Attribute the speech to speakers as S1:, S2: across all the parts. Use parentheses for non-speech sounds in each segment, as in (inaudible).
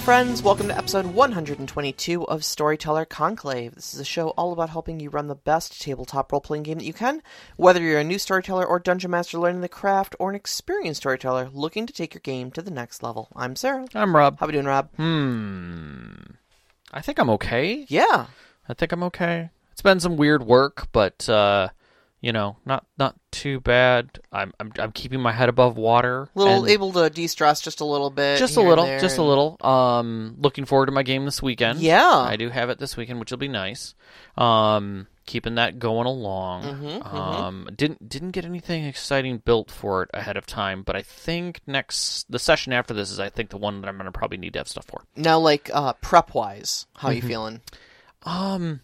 S1: friends. Welcome to episode 122 of Storyteller Conclave. This is a show all about helping you run the best tabletop role playing game that you can. Whether you're a new storyteller or dungeon master learning the craft, or an experienced storyteller looking to take your game to the next level, I'm Sarah.
S2: I'm Rob.
S1: How we doing, Rob?
S2: Hmm. I think I'm okay.
S1: Yeah,
S2: I think I'm okay. It's been some weird work, but uh, you know, not not too bad. I'm I'm, I'm keeping my head above water.
S1: little
S2: and
S1: able to de-stress just a little bit.
S2: just a
S1: here and
S2: little,
S1: there
S2: just a
S1: and-
S2: little. Um, looking forward to my game this weekend.
S1: Yeah.
S2: I do have it this weekend, which will be nice. Um, keeping that going along.
S1: Mhm, mhm.
S2: um, didn't didn't get anything exciting built for it ahead of time, but I think next the session after this is I think the one that I'm gonna probably need to have stuff for.
S1: Now, like uh, prep-wise, how
S2: Mm-hmm.
S1: you feeling?
S2: Um,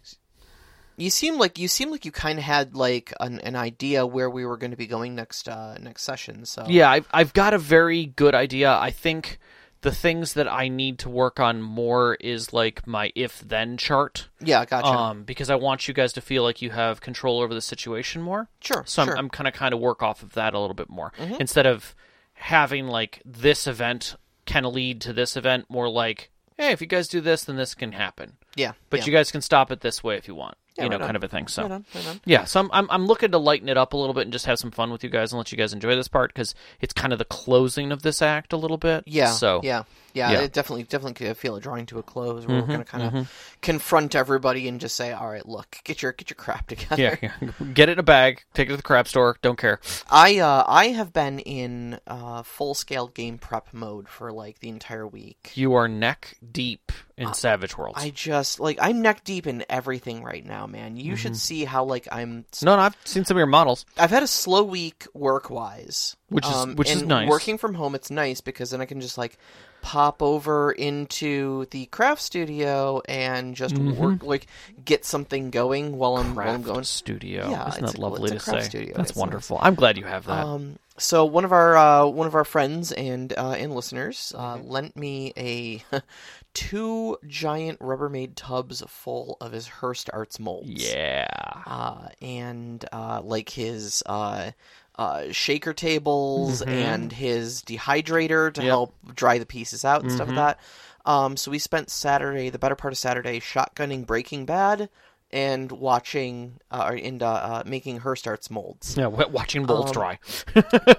S1: You seem like you seem like you kind of had like an, an idea where we were going to be going next uh, next session. So
S2: Yeah, I've, I've got a very good idea. I think the things that I need to work on more is like my if then chart.
S1: yeah, gotcha.
S2: Um, because I want you guys to feel like you have control over the situation more.
S1: sure,
S2: So
S1: sure. Mm-hmm.
S2: I'm, I'm kind of kind of work off of that a little bit more instead of having like this event can lead to this event. More like, hey, if you guys do this, then this can happen.
S1: yeah,
S2: But
S1: yeah.
S2: you guys can stop it this way if you want.
S1: Yeah,
S2: you know,
S1: right on.
S2: kind of a thing. So
S1: Right on, right on.
S2: yeah, so I'm, I'm I'm looking to lighten it up a little bit and just have some fun with you guys and let you guys enjoy this part because it's kind of the closing of this act a little bit.
S1: Yeah.
S2: So
S1: yeah, yeah,
S2: yeah. Mm-hmm,
S1: It definitely, definitely could feel it drawing to a close. Where we're going to kind of confront everybody and just say, "All right, look, get your get your crap (laughs) together."
S2: (laughs) yeah, yeah. Get it in a bag. Take it to the crap store. Don't care.
S1: I uh, I have been in uh, full scale game prep mode for like the entire week.
S2: You are neck deep in Savage Worlds.
S1: Uh, I just like I'm neck deep in everything right now, man. You should
S2: Mm-hmm.
S1: see how like I'm.
S2: no, no, I've seen some of your models.
S1: I've had a slow week work wise,
S2: Which is- which is
S1: and
S2: nice.
S1: Working from home, it's nice because then I can just like pop over into the craft studio and just
S2: Mm-hmm.
S1: work, like get something going while I'm, while I'm
S2: Craft
S1: going.
S2: studio.
S1: Yeah,
S2: Isn't
S1: it's
S2: that
S1: a-
S2: lovely
S1: it's a
S2: to
S1: craft
S2: say?
S1: studio.
S2: That's
S1: It's
S2: wonderful. I'm glad you have that.
S1: Um, so one of our uh, one of our friends and uh, and listeners uh, lent me a (laughs) two giant Rubbermaid tubs full of his Hearst Arts molds.
S2: yeah.
S1: uh, and uh, like his uh, uh, shaker tables and his dehydrator to
S2: Mm-hmm. Yep. Mm-hmm.
S1: help dry the pieces out and stuff like that. Um, so we spent Saturday, the better part of Saturday, shotgunning Breaking Bad and watching uh, or- and uh, uh, making her starts
S2: (laughs)
S1: molds.
S2: Yeah. wa- Watching molds
S1: um,
S2: dry.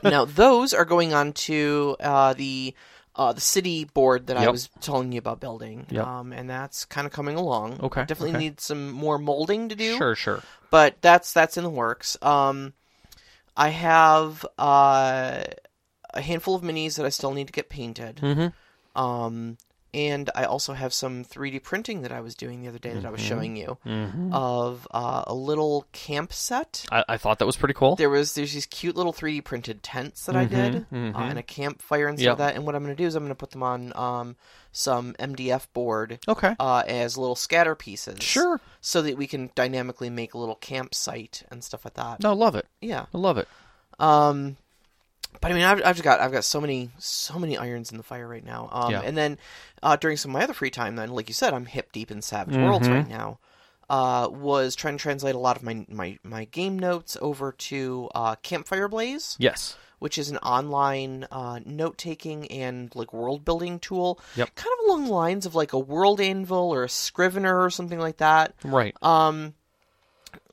S1: now those are going on to uh, the. Uh, the city board that I
S2: Yep.
S1: was telling you about building,
S2: Yep.
S1: um, and that's kind of coming along.
S2: Okay,
S1: definitely
S2: okay.
S1: need some more molding to do
S2: Sure. Sure.
S1: but that's that's in the works. Um, I have uh, a handful of minis that I still need to get painted.
S2: Mm-hmm.
S1: Um, and I also have some 3D printing that I was doing the other day that I
S2: Mm-hmm.
S1: was showing you of uh, a little camp set.
S2: I, I thought that was pretty cool.
S1: There was there's these cute little 3D printed tents that I did
S2: mhm.
S1: Uh, and a campfire and stuff
S2: Yep.
S1: like that. And what I'm going to do is I'm going to put them on um, some MDF board
S2: Okay.
S1: uh, as little scatter pieces
S2: Sure.
S1: so that we can dynamically make a little campsite and stuff like that.
S2: No, love it.
S1: Yeah.
S2: I love it.
S1: Um, but I mean, I've, I've just got I've got so many so many irons in the fire right now. Um,
S2: Yeah.
S1: and then uh, during some of my other free time, then like you said, I'm hip deep in Savage Worlds
S2: Mm-hmm.
S1: right now. Uh, was trying to translate a lot of my my, my game notes over to uh, Campfire Blaze
S2: Yes.
S1: which is an online uh, note taking and like world building tool.
S2: Yep.
S1: Kind of along the lines of like a world anvil or a scrivener or something like that.
S2: Right.
S1: Um,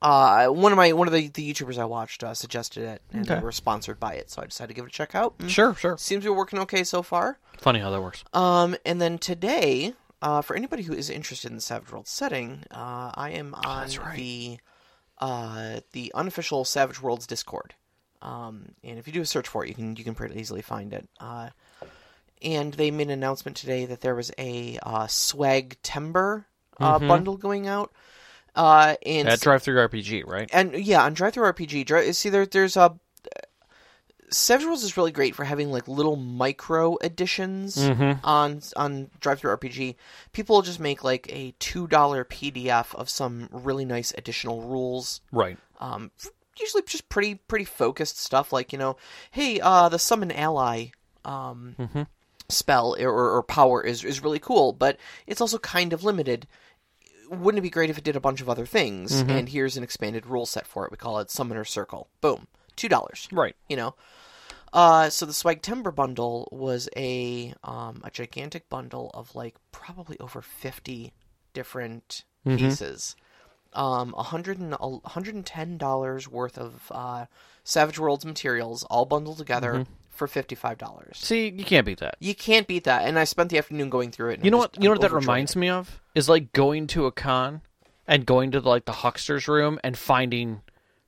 S1: uh, one of my one of the, the YouTubers I watched uh, suggested it, and they
S2: Okay.
S1: were sponsored by it, so I decided to give it a check out. Mm.
S2: Sure. Sure.
S1: Seems to be working okay so far.
S2: Funny how that works.
S1: Um, and then today, uh, for anybody who is interested in the Savage World setting, uh, I am on
S2: Oh, right.
S1: the uh, the unofficial Savage Worlds Discord. Um, and if you do a search for it, you can you can pretty easily find it. Uh, and they made an announcement today that there was a uh, swag timber uh,
S2: Mm-hmm.
S1: bundle going out. Uh, and
S2: At Drive Through RPG, right?
S1: and yeah, on Drive Through RPG, dri- see there, there's a Savage Worlds is really great for having like little micro editions on on Drive Through RPG. People will just make like a two dollar PDF of some really nice additional rules.
S2: Right.
S1: Um, f- usually just pretty pretty focused stuff like you know, hey, uh, the summon ally. Um, spell or, or power is is really cool but it's also kind of limited wouldn't it be great if it did a bunch of other things? And here's an expanded rule set for it. We call it Summoner Circle. Boom. Two dollars.
S2: Right.
S1: You know? Uh, so the Swag Timber bundle was a um, a gigantic bundle of like probably over fifty different
S2: Mm-hmm.
S1: pieces. Um, a hundred and a hundred and ten dollars worth of uh, Savage Worlds materials all bundled together
S2: Mm-hmm.
S1: for fifty five dollars.
S2: See, you can't beat that.
S1: You can't beat that. And I spent the afternoon going through it. and
S2: You
S1: I'm
S2: know
S1: just-
S2: what? You know
S1: I'm
S2: what that
S1: overjoyed.
S2: reminds me of is like going to a con and going to like the hucksters room and finding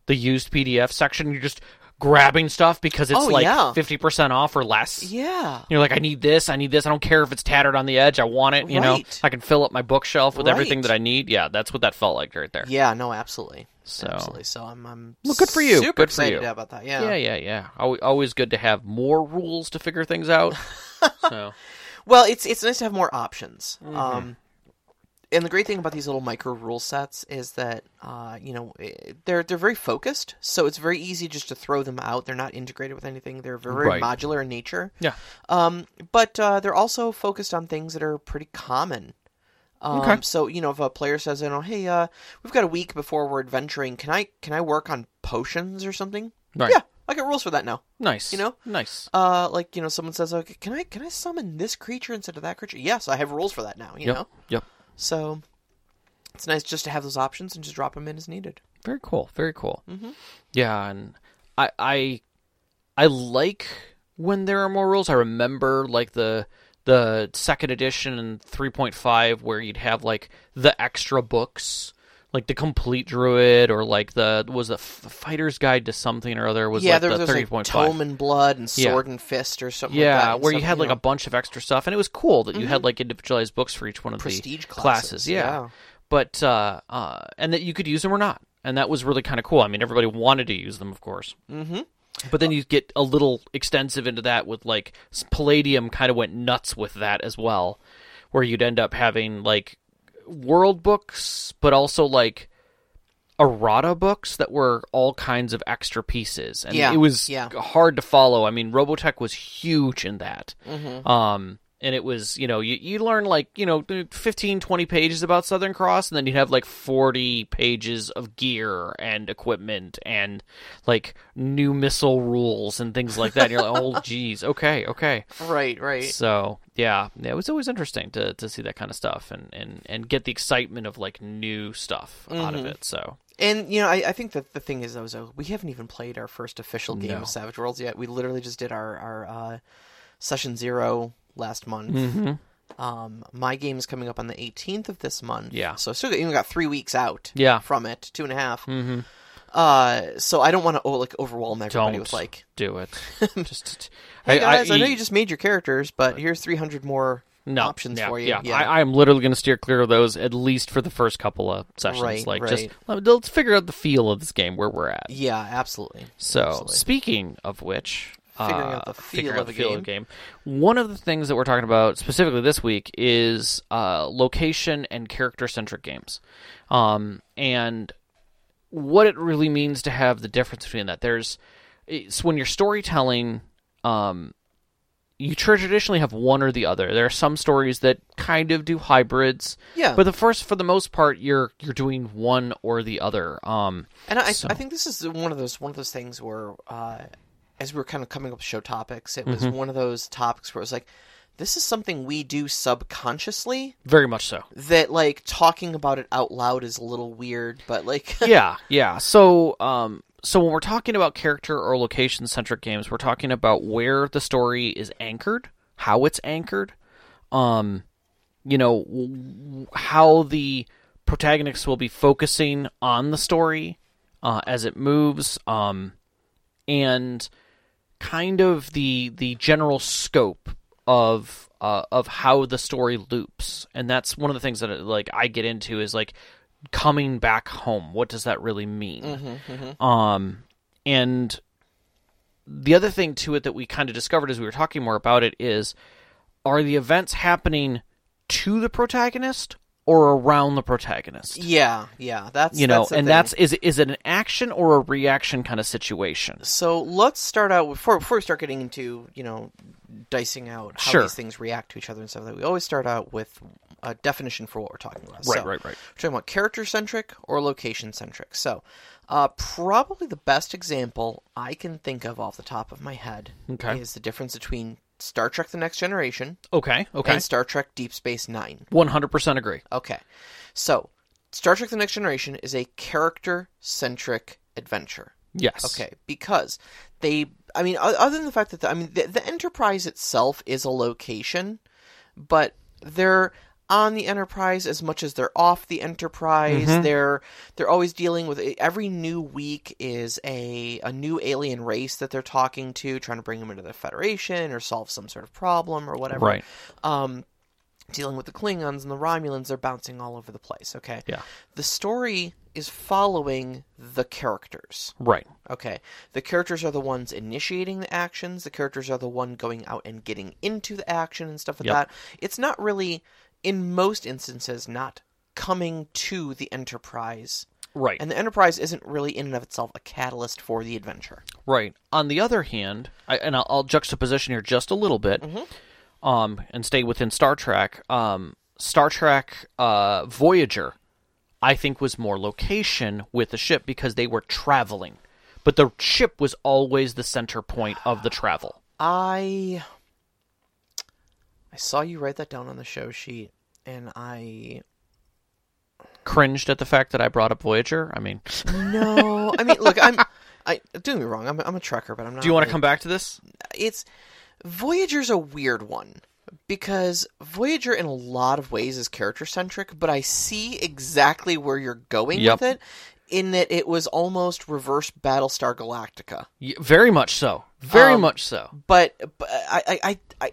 S2: the used PDF section. You're just grabbing stuff because it's
S1: Oh, yeah.
S2: like fifty percent off or less.
S1: Yeah.
S2: You're like, I need this, I need this. I don't care if it's tattered on the edge. I want it. You know,
S1: Right.
S2: I can fill up my bookshelf with everything
S1: Right.
S2: that I need. Yeah, that's what that felt like right there.
S1: Yeah. No. Absolutely.
S2: So-
S1: Absolutely. So I'm. I'm
S2: Well, good for you.
S1: Super
S2: Good for you.
S1: excited about that.
S2: Yeah, yeah, yeah. Al- Always good to have more rules to figure
S1: (laughs)
S2: things out. so,
S1: Well, it's it's nice to have more options.
S2: Mm-hmm.
S1: Um, and the great thing about these little micro rule sets is that uh, you know eh, they're they're very focused, so it's very easy just to throw them out. They're not integrated with anything. They're very
S2: Right.
S1: modular in nature.
S2: yeah.
S1: Um, but uh, they're also focused on things that are pretty common. Um,
S2: Okay.
S1: So you know, if a player says, "You know, hey, uh, we've got a week before we're adventuring. Can I can I work on potions or something?
S2: Right.
S1: Yeah, I got rules for that now.
S2: Nice.
S1: You know?
S2: Nice.
S1: Uh, like you know, someone says, "Okay, can I can I summon this creature instead of that creature?" Yes, I have rules for that now. You
S2: Yep.
S1: know,
S2: Yep.
S1: so it's nice just to have those options and just drop them in as needed.
S2: Very cool. Very cool.
S1: Mm-hmm.
S2: Yeah, and I I I like when there are more rules. I remember like the the second edition and 3.5 where you'd have like the extra books like the complete druid or like the was the fighter's guide to something or other was
S1: yeah,
S2: like
S1: there,
S2: the
S1: there's like
S2: 30.5
S1: tome and blood and
S2: Yeah.
S1: sword and fist or something. like
S2: yeah
S1: that, and
S2: where you
S1: stuff, Mm-hmm.
S2: had like a bunch of extra stuff and it was cool that you had like individualized books for each one of
S1: prestige
S2: the
S1: classes,
S2: yeah
S1: yeah.
S2: but uh, uh, and that you could use them or not and that was really kind of cool i mean everybody wanted to use them of course mm-hmm. but
S1: Uh,
S2: then you get a little extensive into that with like s- palladium kind of went nuts with that as well where you'd end up having like world books but also like errata books that were all kinds of extra pieces and
S1: Yeah,
S2: it was
S1: yeah.
S2: hard to follow i mean robotech was huge in that
S1: Mm-hmm.
S2: um and it was you know you, you learn like you know 15 20 pages about southern cross and then you'd have like 40 pages of gear and equipment and like new missile rules and things like that and you're like oh
S1: (laughs)
S2: geez okay okay
S1: yeah, right, right.
S2: so yeah, yeah, it was always interesting to, to see that kind of stuff and, and, and get the excitement of like new stuff out
S1: Mm-hmm.
S2: of it. So
S1: And you know, I, I think that the thing is though, is uh, we haven't even played our first official game of Savage Worlds yet. We literally just did our our uh, session zero last month. Um, my game is coming up on the 18th of this month.
S2: Mm-hmm. Yeah.
S1: So still got, even got three weeks out.
S2: Yeah.
S1: From it, two and a Mm-hmm. Uh, so I don't want to oh, like overwhelm everybody
S2: Don't.
S1: with like, (laughs)
S2: do it. Just
S1: hey guys, I, know you just made your characters, but here's 300 more
S2: no,
S1: options
S2: yeah,
S1: for you.
S2: Yeah, I, I'm literally going to steer clear of those at least for the first couple of sessions.
S1: Right,
S2: like just
S1: right.
S2: let, let's figure out the feel of this game where we're at.
S1: Yeah, absolutely.
S2: So
S1: Absolutely.
S2: speaking of which,
S1: Figuring
S2: uh,
S1: out the feel
S2: figuring out
S1: of
S2: the
S1: a
S2: feel of the game. One of the things that we're talking about specifically this week is uh, location and character centric games, um, and what it really means to have the difference between that. There's it's when you're storytelling. Um, you tr- traditionally have one or the other. There are some stories that kind of do hybrids,
S1: Yeah.
S2: But the first, for the most part, you're you're doing one or the other. Um,
S1: And I, I think this is one of those one of those things where, uh, as we were kind of coming up with show topics, it
S2: Mm-hmm.
S1: was one of those topics where it was like, this is something we do subconsciously
S2: very much so.
S1: that like talking about it out loud is a little weird, but like, (laughs)
S2: yeah, yeah. So, um, so when we're talking about character or location centric games, we're talking about where the story is anchored, how it's anchored, um, you know, w- how the protagonists will be focusing on the story uh, as it moves, um, and kind of the the general scope of uh, of how the story loops, and that's one of the things that uh, like I get into is like coming back home. What does that really mean?
S1: Mm-hmm,
S2: Um, and the other thing to it that we kind of discovered as we were talking more about it is are the events happening to the protagonist or around the protagonist?
S1: yeah, yeah, that's
S2: you know,
S1: that's the
S2: and
S1: thing.
S2: that's is is it an action or a reaction kind of situation?
S1: so. Let's start out with- before before we start getting into you know dicing out how
S2: Sure.
S1: these things react to each other and stuff. That we always start out with a definition for what we're talking about.
S2: Right,
S1: So,
S2: right, right.
S1: We're talking about character centric or location centric. So, uh, probably the best example I can think of off the top of my head
S2: Okay.
S1: is the difference between Star Trek: The Next Generation
S2: Okay. Okay.
S1: and Star Trek: Deep Space Nine.
S2: One hundred percent agree.
S1: Okay, so Star Trek: The Next Generation is a character centric adventure.
S2: Yes.
S1: Okay, because they, I mean, o- other than the fact that the, I mean, the, the Enterprise itself is a location, but they're on the Enterprise as much as they're off the Enterprise.
S2: Mm-hmm.
S1: They're they're always dealing with e-, every new week is a a new alien race that they're talking to, trying to bring them into the Federation or solve some sort of problem or whatever.
S2: Right.
S1: Um, dealing with the Klingons and the Romulans, they're bouncing all over the place. Okay.
S2: Yeah.
S1: The story is following the characters.
S2: Right.
S1: Okay. The characters are the ones initiating the actions. The characters are the one going out and getting into the action and stuff like
S2: Yep.
S1: that. It's not really, in most instances, not coming to the Enterprise.
S2: Right.
S1: And the Enterprise isn't really, in and of itself, a catalyst for the adventure.
S2: Right. On the other hand, I, and I'll, I'll juxtaposition here just a little bit,
S1: Mm-hmm.
S2: um, and stay within Star Trek. Um, Star Trek uh, Voyager, I think, was more location with the ship because they were traveling, but the ship was always the center point of the travel.
S1: I. I saw you write that down on the show sheet, and I.
S2: Cringed at the fact that I brought up Voyager. I mean,
S1: No. I mean, look, I'm. I, don't get me wrong, I'm, I'm a trucker, but I'm not.
S2: do you want
S1: really-
S2: to come back to this?
S1: it's Voyager's a weird one because Voyager in a lot of ways is character centric, but I see exactly where you're going
S2: Yep.
S1: with it in that it was almost reverse Battlestar Galactica.
S2: Y- very much so. Very
S1: Um,
S2: much so.
S1: But, but I, I, I, I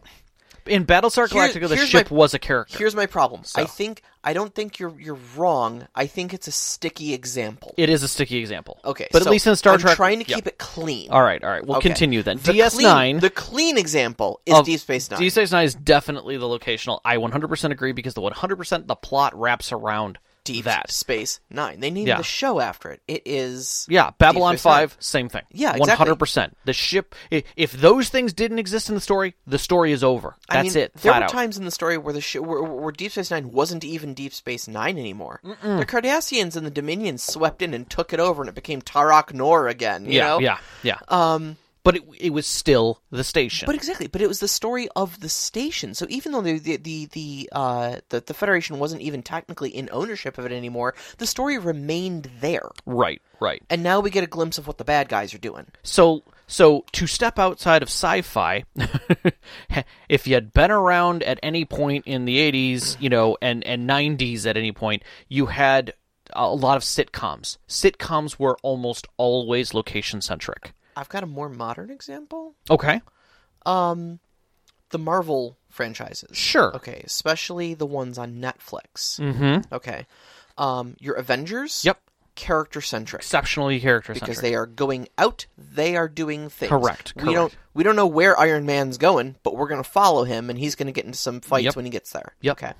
S2: In Battlestar
S1: here-
S2: Galactica, the
S1: here's
S2: ship
S1: my-
S2: was a character.
S1: here's my problem.
S2: So.
S1: I think I don't think you're you're wrong. I think it's a sticky example.
S2: It is a sticky example.
S1: okay,
S2: but
S1: so
S2: at least in Star
S1: I'm
S2: Trek,
S1: trying to
S2: yeah.
S1: keep it clean.
S2: All right, all right. We'll
S1: Okay.
S2: continue then.
S1: The
S2: DS Nine.
S1: clean- the clean example is
S2: of-
S1: Deep Space Nine.
S2: DS Space Nine is definitely the locational. I 100% agree because the 100% the plot wraps around
S1: Deep
S2: that.
S1: Space Nine. They named
S2: Yeah.
S1: the show after it. It is
S2: Yeah, Babylon
S1: Space Nine.
S2: Five, same thing.
S1: Yeah, exactly.
S2: 100%. The ship. i- If those things didn't exist in the story, the story is over.
S1: I
S2: That's
S1: mean,
S2: it.
S1: There
S2: Flat
S1: were
S2: out.
S1: times in the story where the sh- where, where Deep Space Nine wasn't even Deep Space Nine anymore. The Cardassians and the Dominions swept in and took it over, and it became Tarak Nor again. You
S2: yeah,
S1: know?
S2: yeah, yeah. Um, but it, it was still the station.
S1: But exactly, but it was the story of the station. So even though the the the the, uh, the, the Federation wasn't even technically in ownership of it anymore, the story remained there.
S2: right, right.
S1: And now we get a glimpse of what the bad guys are doing.
S2: So, so to step outside of sci-fi, (laughs) if you had been around at any point in the '80s, you know, and and '90s at any point, you had a lot of sitcoms. Sitcoms were almost always location centric.
S1: I've got a more modern example:
S2: Okay,
S1: the Marvel franchises.
S2: sure.
S1: Okay, especially the ones on Netflix.
S2: Mm-hmm.
S1: Okay. Um, your Avengers.
S2: Yep.
S1: Character centric.
S2: Exceptionally character
S1: Because
S2: centric.
S1: they are going out, they are doing things.
S2: Correct,
S1: We don't
S2: correct.
S1: we don't know where Iron Man's going, but we're gonna follow him and he's gonna get into some fights
S2: Yep.
S1: when he gets there.
S2: Yep.
S1: Okay.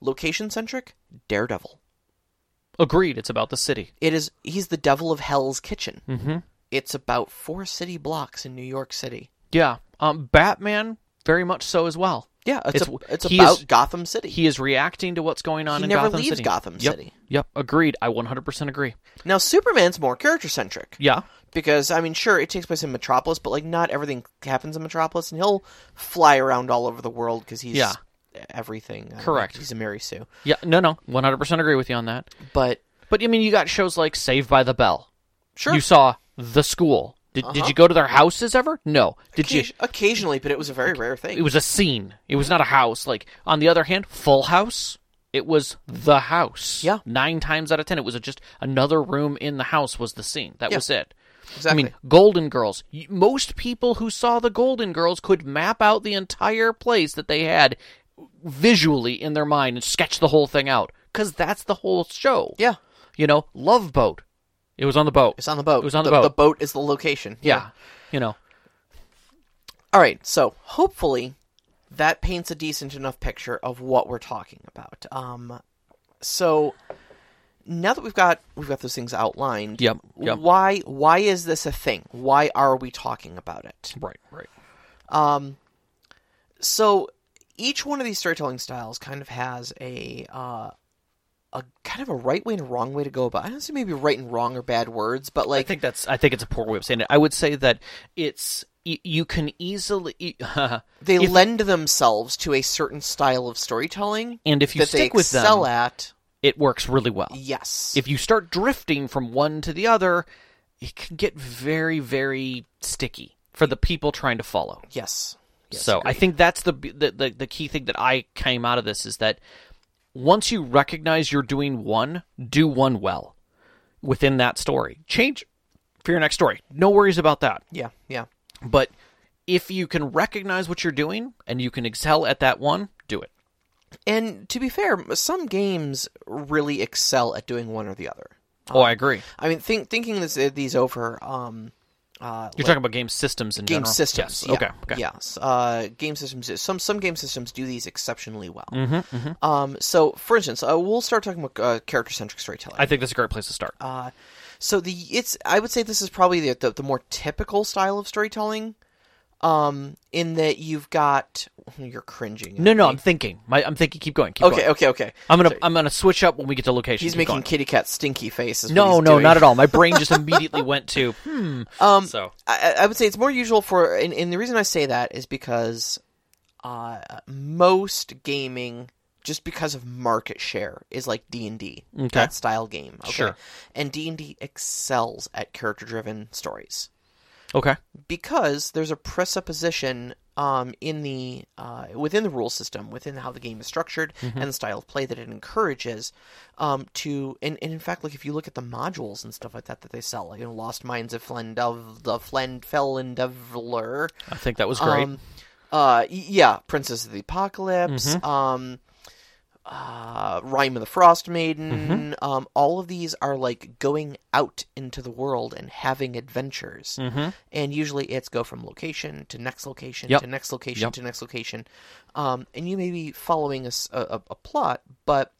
S1: Location centric, Daredevil.
S2: Agreed. It's about the city.
S1: It is he's the devil of Hell's Kitchen.
S2: Mm-hmm.
S1: It's about four city blocks in New York City.
S2: Yeah. Um, Batman very much so as well.
S1: Yeah, it's
S2: It's-
S1: a, it's
S2: he
S1: about
S2: is-
S1: Gotham City.
S2: He is reacting to what's going on
S1: He
S2: in
S1: never
S2: Gotham
S1: leaves
S2: City.
S1: Gotham
S2: Yep.
S1: City.
S2: Yep. Agreed. I 100% agree.
S1: now Superman's more character centric.
S2: Yeah.
S1: because I mean, sure, it takes place in Metropolis, but like not everything happens in Metropolis, and he'll fly around all over the world because he's
S2: Yeah.
S1: everything. I don't
S2: Correct.
S1: know, he's a Mary Sue,
S2: Yeah, no, no, one hundred percent agree with you on that.
S1: but
S2: But I mean, you got shows like Saved by the Bell.
S1: sure, Uh-huh.
S2: You saw the school. Did, did you go to their houses ever? No. Did you?
S1: occa- occasionally, but it was a very rare thing.
S2: It was a scene. It was not a house. Like on the other hand, Full House. It was the house.
S1: Yeah.
S2: Nine times out of ten, it was just another room in the house was the scene. That
S1: Yeah.
S2: was it.
S1: exactly.
S2: I mean, Golden Girls. Y- Most people who saw the Golden Girls could map out the entire place that they had visually in their mind and sketch the whole thing out because that's the whole show.
S1: yeah,
S2: You know, Love Boat. It was on the boat.
S1: it's on the boat.
S2: It was on the
S1: the
S2: boat.
S1: The boat is the location.
S2: yeah. You know,
S1: All right, so hopefully that paints a decent enough picture of what we're talking about. Um, so now that we've got we've got those things outlined,
S2: Yep, yep.
S1: Why why is this a thing? Why are we talking about it?
S2: right, right.
S1: Um, so each one of these storytelling styles kind of has a uh, a kind of a right way and a wrong way to go about. I don't say maybe right and wrong or bad words, but
S2: I
S1: like
S2: think that's I think it's a poor way of saying it. I would say that it's y- you can easily
S1: they lend themselves to a certain style of storytelling
S2: (laughs) and if you
S1: that they
S2: stick with them,
S1: excel at.
S2: it works really well.
S1: Yes.
S2: If you start drifting from one to the other, it can get very very sticky for the people trying to follow.
S1: yes. Yes,
S2: so I
S1: agreed.
S2: think that's the, the the the key thing that I came out of this is that once you recognize you're doing one, do one well within that story. Change for your next story. No worries about that.
S1: Yeah. Yeah.
S2: But if you can recognize what you're doing and you can excel at that one, do it.
S1: And to be fair, some games really excel at doing one or the other.
S2: oh, I agree.
S1: I mean, think, thinking this, uh, these over, um, uh,
S2: You're talking about game systems in
S1: game
S2: general.
S1: systems.
S2: Yes.
S1: Yeah.
S2: Okay. Okay.
S1: Yes. Uh, game systems. Some some game systems do these exceptionally well.
S2: Mm-hmm,
S1: Um, so, for instance, uh, we'll start talking about uh, character centric storytelling.
S2: I think that's a great place to start.
S1: uh, so the it's I would say this is probably the the, the more typical style of storytelling. Um, in that you've got (laughs) you're cringing. at
S2: no, no,
S1: me.
S2: I'm thinking. My, I'm thinking. Keep going. Keep
S1: Okay,
S2: Going.
S1: okay, okay.
S2: I'm gonna I'm gonna switch up when we get to location.
S1: He's
S2: Keep
S1: making
S2: going.
S1: kitty cat stinky faces.
S2: No, no, not at all. My brain just immediately went to hmm. Um, so
S1: I, I would say it's more usual for, and, and the reason I say that is because uh, most gaming, just because of market share, is like D and D, that style game. Okay?
S2: Sure.
S1: And D and D excels at character-driven stories
S2: okay,
S1: because there's a presupposition um, in the uh, within the rule system, within how the game is structured and the style of play that it encourages um, to. And, and in fact, like if you look at the modules and stuff like that that they sell, like, you know, Lost Minds of Flendov, the Flendfelendevler,
S2: I think that was great.
S1: um, uh, y- yeah, Princess of the Apocalypse.
S2: Mm-hmm.
S1: Um, uh, Rhyme of the Frost Maiden.
S2: Mm-hmm.
S1: Um, all of these are like going out into the world and having adventures. And usually it's go from location to next location
S2: Mm-hmm. Yep.
S1: to next location
S2: Yep.
S1: to next location. Um, and you may be following a, s- a- a- a plot, but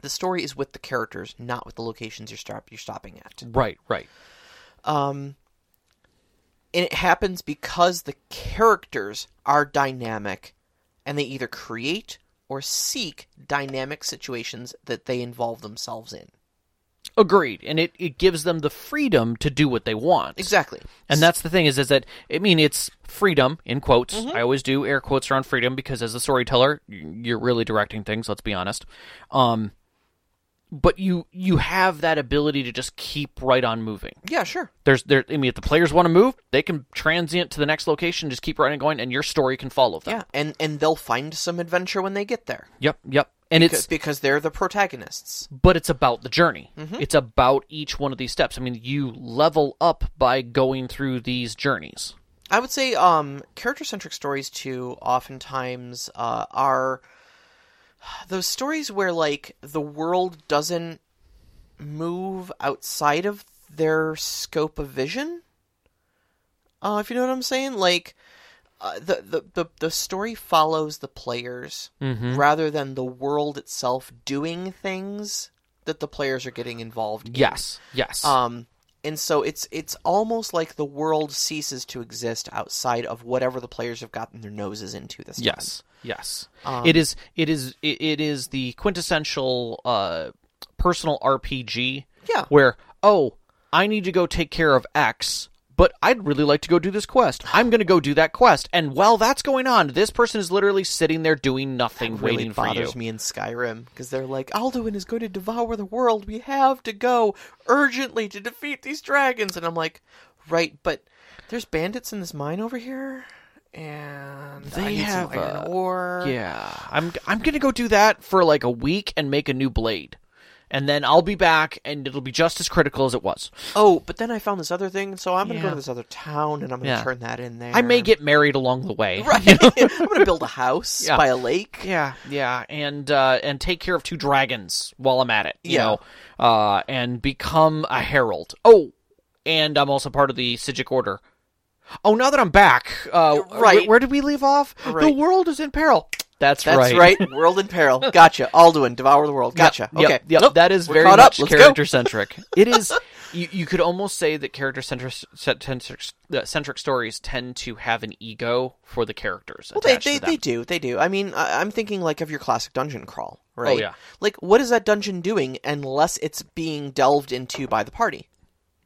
S1: the story is with the characters, not with the locations you're stop you're stopping at.
S2: right, right.
S1: Um, and it happens because the characters are dynamic and they either create or seek dynamic situations that they involve themselves in.
S2: Agreed, and it, it gives them the freedom to do what they want.
S1: Exactly.
S2: And that's the thing is, is that I mean, it's freedom in quotes. I always do air quotes around freedom because as a storyteller, y- you're really directing things. Let's be honest. Um, but you you have that ability to just keep right on moving.
S1: Yeah, sure.
S2: There's there. I mean, if the players want to move, they can transient to the next location, just keep right on going, and your story can follow them.
S1: Yeah, and and they'll find some adventure when they get there
S2: Yep. Yep. And
S1: because,
S2: it's
S1: because they're the protagonists.
S2: but it's about the journey.
S1: Mm-hmm.
S2: It's about each one of these steps. I mean, you level up by going through these journeys.
S1: I would say um, character centric stories too. Oftentimes uh, are those stories where like the world doesn't move outside of their scope of vision. Uh, if you know what I'm saying, like uh, the, the the the story follows the players rather than the world itself doing things that the players are getting involved in.
S2: Yes. Yes.
S1: Um, and so it's it's almost like the world ceases to exist outside of whatever the players have gotten their noses into this time.
S2: Yes. Yes.
S1: um,
S2: it is. It is. It, it is the quintessential uh, personal RPG.
S1: Yeah.
S2: Where oh, I need to go take care of X, but I'd really like to go do this quest. I'm going to go do that quest, and while that's going on, this person is literally sitting there doing nothing,
S1: Really
S2: waiting for you.
S1: bothers me in Skyrim because they're like Alduin is going to devour the world. We have to go urgently to defeat these dragons, and I'm like, right, but there's bandits in this mine over here, and I
S2: They
S1: need some
S2: have
S1: iron
S2: a-
S1: ore.
S2: Yeah, I'm I'm gonna go do that for like a week and make a new blade, and then I'll be back and it'll be just as critical as it was.
S1: Oh, but then I found this other thing, so I'm going to go
S2: Yeah.
S1: to this other town and I'm going to
S2: Yeah.
S1: turn that in there.
S2: I may get married along the way.
S1: right.
S2: (laughs)
S1: (laughs) I'm going to build a house
S2: Yeah.
S1: by a lake.
S2: Yeah, yeah, and uh, and take care of two dragons while I'm at it. You
S1: Yeah.
S2: know, uh, and become a herald. Oh, and I'm also part of the Sijic Order. Oh, now that I'm back, uh,
S1: Right.
S2: where, where did we leave off? The
S1: Right.
S2: world is in peril. That's,
S1: That's right. World in
S2: (laughs)
S1: peril. Gotcha. Alduin, devour the world. Gotcha. (laughs)
S2: Yep,
S1: okay.
S2: Yep,
S1: Nope.
S2: that is
S1: We're
S2: very
S1: caught up.
S2: much
S1: Let's go. (laughs)
S2: character centric. it is you, you could almost say that character centric centric uh, centric stories tend to have an ego for the characters.
S1: Well, they
S2: attached to
S1: they,
S2: them.
S1: they do they do. I mean, I, I'm thinking like of your classic dungeon crawl, right?
S2: Oh, yeah.
S1: Like, what is that dungeon doing unless it's being delved into by the party?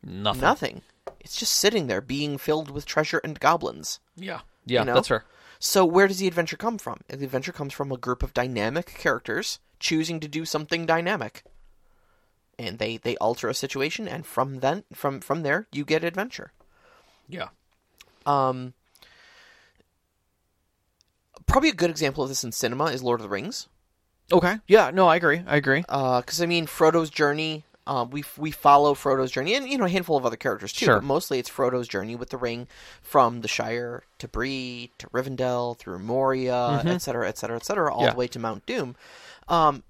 S2: nothing.
S1: Nothing. It's just sitting there, being filled with treasure and goblins.
S2: Yeah, yeah,
S1: know?
S2: that's her.
S1: So, where does the adventure come from? The adventure comes from a group of dynamic characters choosing to do something dynamic, and they they alter a situation, and from then from from there you get adventure.
S2: Yeah,
S1: Um, probably a good example of this in cinema is Lord of the Rings,
S2: okay, yeah, no, I agree, I
S1: Uh,
S2: agree.
S1: because I mean Frodo's journey. Um, we we follow Frodo's journey, and you know a handful of other characters too.
S2: Sure.
S1: But mostly it's Frodo's journey with the ring from the Shire to Bree to Rivendell through Moria, et cetera, et cetera, et cetera, all
S2: Mm-hmm. Yeah.
S1: the way to Mount Doom. Um,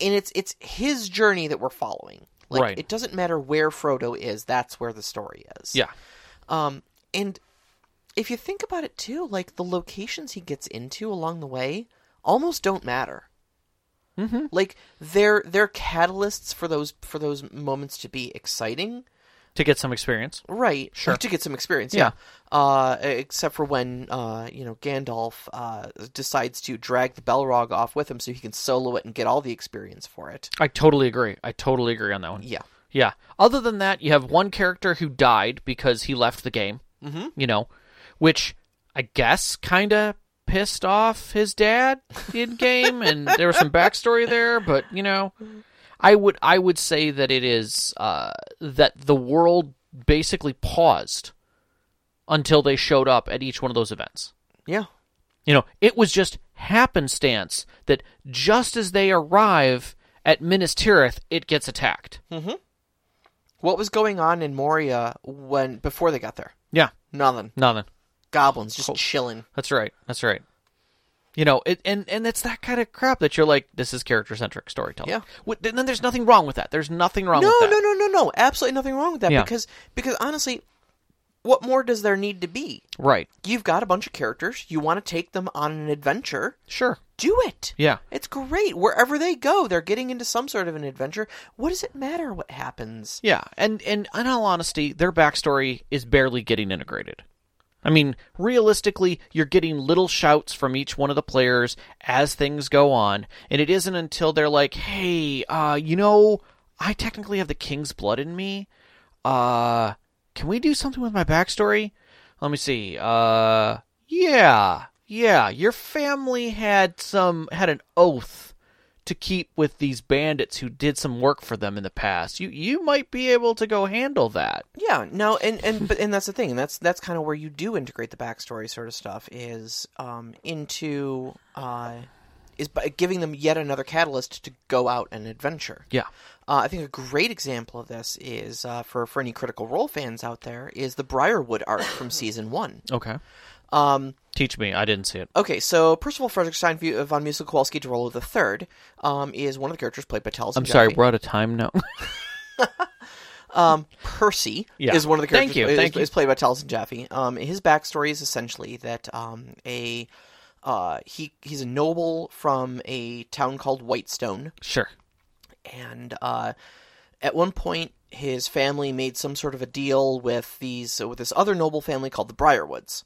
S1: and it's it's his journey that we're following. Like
S2: Right.
S1: it doesn't matter where Frodo is; that's where the story is.
S2: Yeah,
S1: Um, and if you think about it too, like the locations he gets into along the way almost don't matter. Mm-hmm. Like they're they're catalysts for those for those moments to be exciting,
S2: to get some experience.
S1: right? Sure. To get some experience, yeah. Uh, except for when uh, you know Gandalf uh, decides to drag the Balrog off with him so he can solo it and get all the experience for it.
S2: I totally agree. I totally agree on that one.
S1: Yeah.
S2: Yeah. Other than that, you have one character who died because he left the game. Mm-hmm. You know, which I guess kind of pissed off his dad in game, and there was some backstory there. But you know, I would I would say that it is uh, that the world basically paused until they showed up at each one of those events.
S1: Yeah.
S2: You know, it was just happenstance that just as they arrive at Minas Tirith, it gets attacked.
S1: What was going on in Moria when before they got there?
S2: Yeah,
S1: Nothing.
S2: nothing.
S1: Goblins just chilling.
S2: That's right. That's right. You know, it, and and it's that kind of crap that you're like, this is character centric storytelling.
S1: Yeah.
S2: Wh- And then there's nothing wrong with that. There's nothing wrong
S1: No,
S2: with that.
S1: no, no, no, no. Absolutely nothing wrong with that
S2: Yeah.
S1: because because honestly, what more does there need to be?
S2: no. Right.
S1: You've got a bunch of characters. You want to take them on an adventure.
S2: Sure.
S1: Do it.
S2: Yeah.
S1: It's great. Wherever they go, they're getting into some sort of an adventure. What does it matter what happens?
S2: Yeah. And and in all honesty, their backstory is barely getting integrated. I mean, realistically, you're getting little shouts from each one of the players as things go on, and it isn't until they're like, "Hey, uh, you know, I technically have the king's blood in me. Uh, can we do something with my backstory? Let me see. Uh, yeah, yeah. Your family had some had an oath to keep with these bandits who did some work for them in the past. You you might be able to go handle that.
S1: Yeah, no, and and but and that's the thing, and that's that's kind of where you do integrate the backstory sort of stuff is um into uh is by giving them yet another catalyst to go out and adventure.
S2: Yeah,
S1: Uh, I think a great example of this is uh, for for any Critical Role fans out there is the Briarwood arc from season one.
S2: Okay.
S1: Um,
S2: Teach me. I didn't see it.
S1: okay, so Percival Frederick Stein von Musil Kowalski Dorolo the Third um, is one of the characters played by Telson.
S2: I'm sorry, we're out of time now. (laughs)
S1: Um, Percy
S2: Yeah.
S1: is one of the
S2: Thank
S1: characters.
S2: you,
S1: is-
S2: thank you.
S1: is played by Taliesin Jaffe. Um, his backstory is essentially that um, a uh, he he's a noble from a town called Whitestone,
S2: sure.
S1: and uh, at one point his family made some sort of a deal with these with this other noble family called the Briarwoods.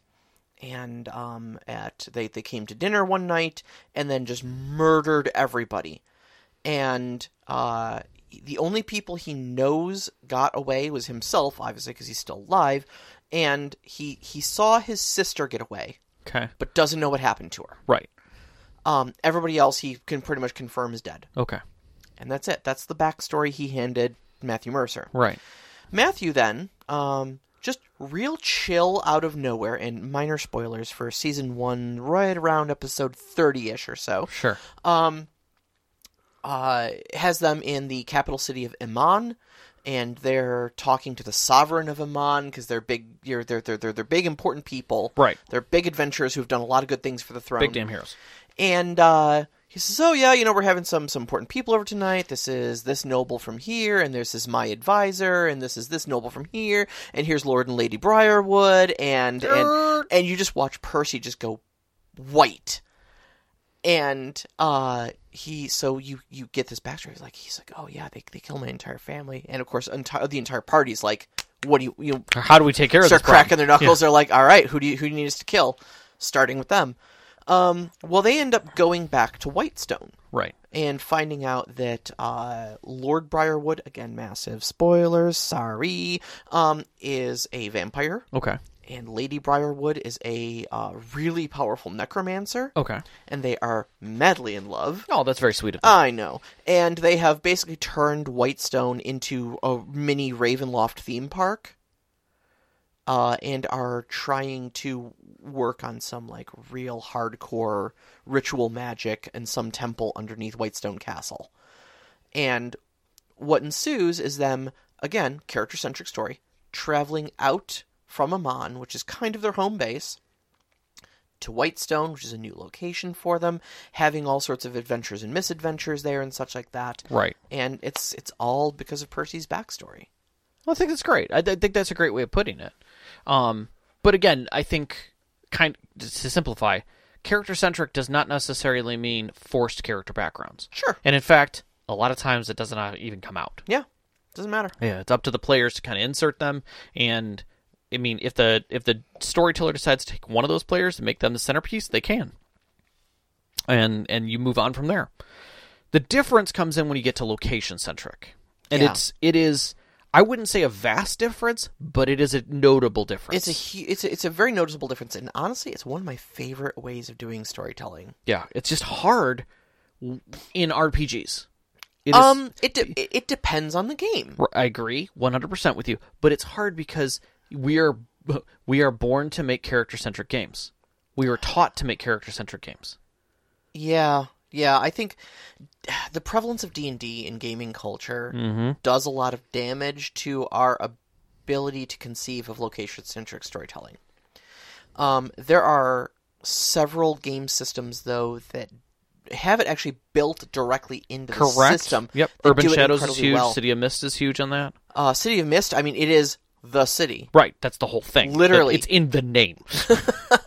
S1: And um, at they, they came to dinner one night and then just murdered everybody. And uh, the only people he knows got away was himself, obviously, because he's still alive. And he he saw his sister get away,
S2: Okay.
S1: but doesn't know what happened to her.
S2: Right.
S1: Um, everybody else he can pretty much confirm is dead
S2: Okay.
S1: and that's it. That's the backstory he handed Matthew Mercer.
S2: Right.
S1: Matthew then, um, just real chill out of nowhere, and minor spoilers for season one, right around episode thirty-ish or so,
S2: Sure.
S1: uh, has them in the capital city of Iman, and they're talking to the sovereign of Iman because they're big, you're, they're they're they're they're big important people,
S2: Right.
S1: They're big adventurers who've done a lot of good things for the throne,
S2: Big damn heroes.
S1: and uh, he says, "Oh yeah, you know we're having some some important people over tonight. This is this noble from here, and this is my advisor, and this is this noble from here, and here's Lord and Lady Briarwood, and and and you just watch Percy just go white, and uh he so you you get this backstory he's like he's like oh yeah they, they kill my entire family and of course enti- the entire party's like what do you you know,
S2: How do we take care of
S1: start
S2: this? problem?
S1: cracking their knuckles they're like all right who do you who do you need us to kill starting with them um well they end up going back to whitestone
S2: Right.
S1: and finding out that uh, Lord Briarwood, again, massive spoilers, sorry, um, is a vampire,
S2: Okay.
S1: and Lady Briarwood is a uh, really powerful necromancer,
S2: Okay.
S1: and they are madly in love.
S2: Oh, that's very sweet of them.
S1: I know. And they have basically turned Whitestone into a mini Ravenloft theme park. Uh, and are trying to work on some like real hardcore ritual magic and some temple underneath Whitestone Castle. And what ensues is them, again, character centric story, traveling out from Amman, which is kind of their home base, to Whitestone, which is a new location for them, having all sorts of adventures and misadventures there and such like that.
S2: right.
S1: And it's it's all because of Percy's backstory.
S2: Well, I think that's great. I, th- I think that's a great way of putting it. Um, but again, I think kind to simplify, character centric does not necessarily mean forced character backgrounds.
S1: Sure.
S2: And in fact, a lot of times it does not even come out.
S1: Yeah. Doesn't matter.
S2: Yeah, it's up to the players to kind of insert them. And I mean, if the if the storyteller decides to take one of those players and make them the centerpiece, they can. And and you move on from there. The difference comes in when you get to location centric, and
S1: Yeah.
S2: it's it is I wouldn't say a vast difference, but it is a notable difference.
S1: It's a hu- it's a, it's a very noticeable difference, and honestly, it's one of my favorite ways of doing storytelling.
S2: yeah, it's just hard w- in RPGs. It is-
S1: Um, it de- it- it depends on the game.
S2: R- I agree 100% with you, but it's hard because we are (laughs) we are born to make character-centric games. We were taught to make character-centric games.
S1: Yeah, yeah. I think the prevalence of D and D in gaming culture
S2: Mm-hmm.
S1: does a lot of damage to our ability to conceive of location-centric storytelling. Um, there are several game systems though that have it actually built directly into the system.
S2: Yep.
S1: that
S2: Urban
S1: do it
S2: Shadows is
S1: incredibly
S2: huge.
S1: well.
S2: City of Mist is huge on that.
S1: Uh, City of Mist. I mean, it is the city.
S2: Right. That's the whole thing.
S1: Literally. Uh,
S2: it's in the
S1: (laughs)
S2: name.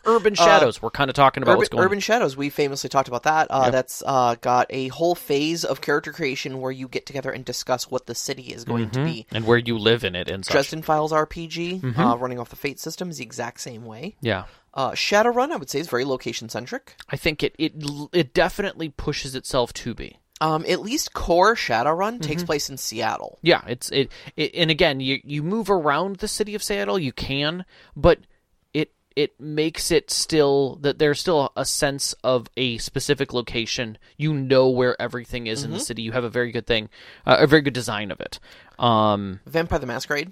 S2: Urban Shadows. we're kind of talking about
S1: Urban,
S2: what's going.
S1: Urban Shadows. We famously talked about that. Uh, That's uh, got a whole phase of character creation where you get together and discuss what the city is going to be.
S2: on and where you live in it and such.
S1: Dresden Files RPG, uh, running off the Fate system, is the exact same way.
S2: yeah.
S1: Uh, Shadowrun, I would say, is very location centric.
S2: I think it it l- it definitely pushes itself to be.
S1: Um, at least core Shadowrun takes place in Seattle.
S2: Yeah, it's it, it and again, you you move around the city of Seattle, you can, but it it makes it still that there's still a sense of a specific location. You know where everything is in the city. You have a very good thing, uh, a very good design of it. Um,
S1: Vampire the Masquerade.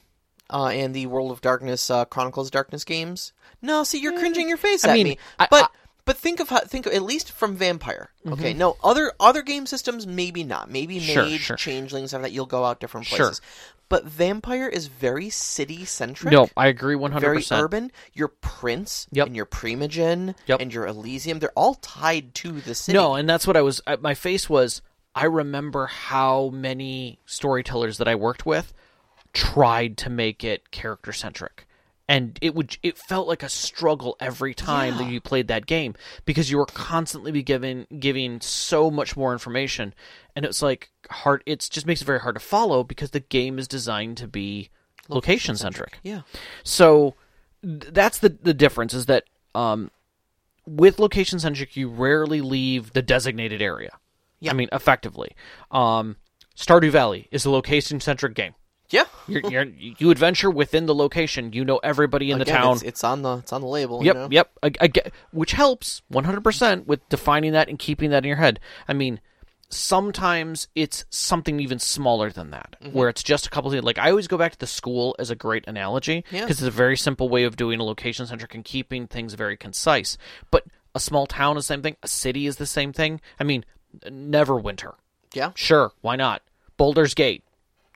S1: Uh, and the World of Darkness uh, Chronicles of Darkness games. No, see, you're cringing your face
S2: I
S1: at
S2: mean,
S1: me.
S2: I-
S1: But
S2: I- Mm-hmm.
S1: but think of how, think of, at least from Vampire. Okay, no other other game systems maybe not. Maybe
S2: Sure,
S1: Mage,
S2: sure.
S1: Changelings, and that you'll go out different
S2: Sure.
S1: places. But Vampire is very city centric.
S2: no, I agree one hundred
S1: Very
S2: percent.
S1: urban. Your Prince
S2: Yep.
S1: and your Primogen
S2: Yep.
S1: and your Elysium, they're all tied to the city.
S2: No, and that's what I was. I, my face was. I remember how many storytellers that I worked with tried to make it character centric, and it would. It felt like a struggle every time that you played that game because you were constantly be given giving so much more information, and it's like hard. It just makes it very hard to follow because the game is designed to be location centric.
S1: Yeah.
S2: So th- that's the the difference is that um, with location centric, you rarely leave the designated area.
S1: Yeah.
S2: I mean, effectively, um, Stardew Valley is a location centric game.
S1: Yeah.
S2: You're, you're, you adventure within the location. You know everybody in the
S1: Again,
S2: town.
S1: It's, it's on the it's on the label.
S2: Yep,
S1: You know?
S2: yep. I, I get, which helps 100% with defining that and keeping that in your head. I mean, sometimes it's something even smaller than that,
S1: Mm-hmm.
S2: where it's just a couple of like I always go back to the school as a great analogy because
S1: Yeah.
S2: it's a very simple way of doing a location centric and keeping things very concise. But a small town is the same thing. A city is the same thing. I mean, never winter.
S1: Yeah.
S2: Sure, why not? Boulder's Gate.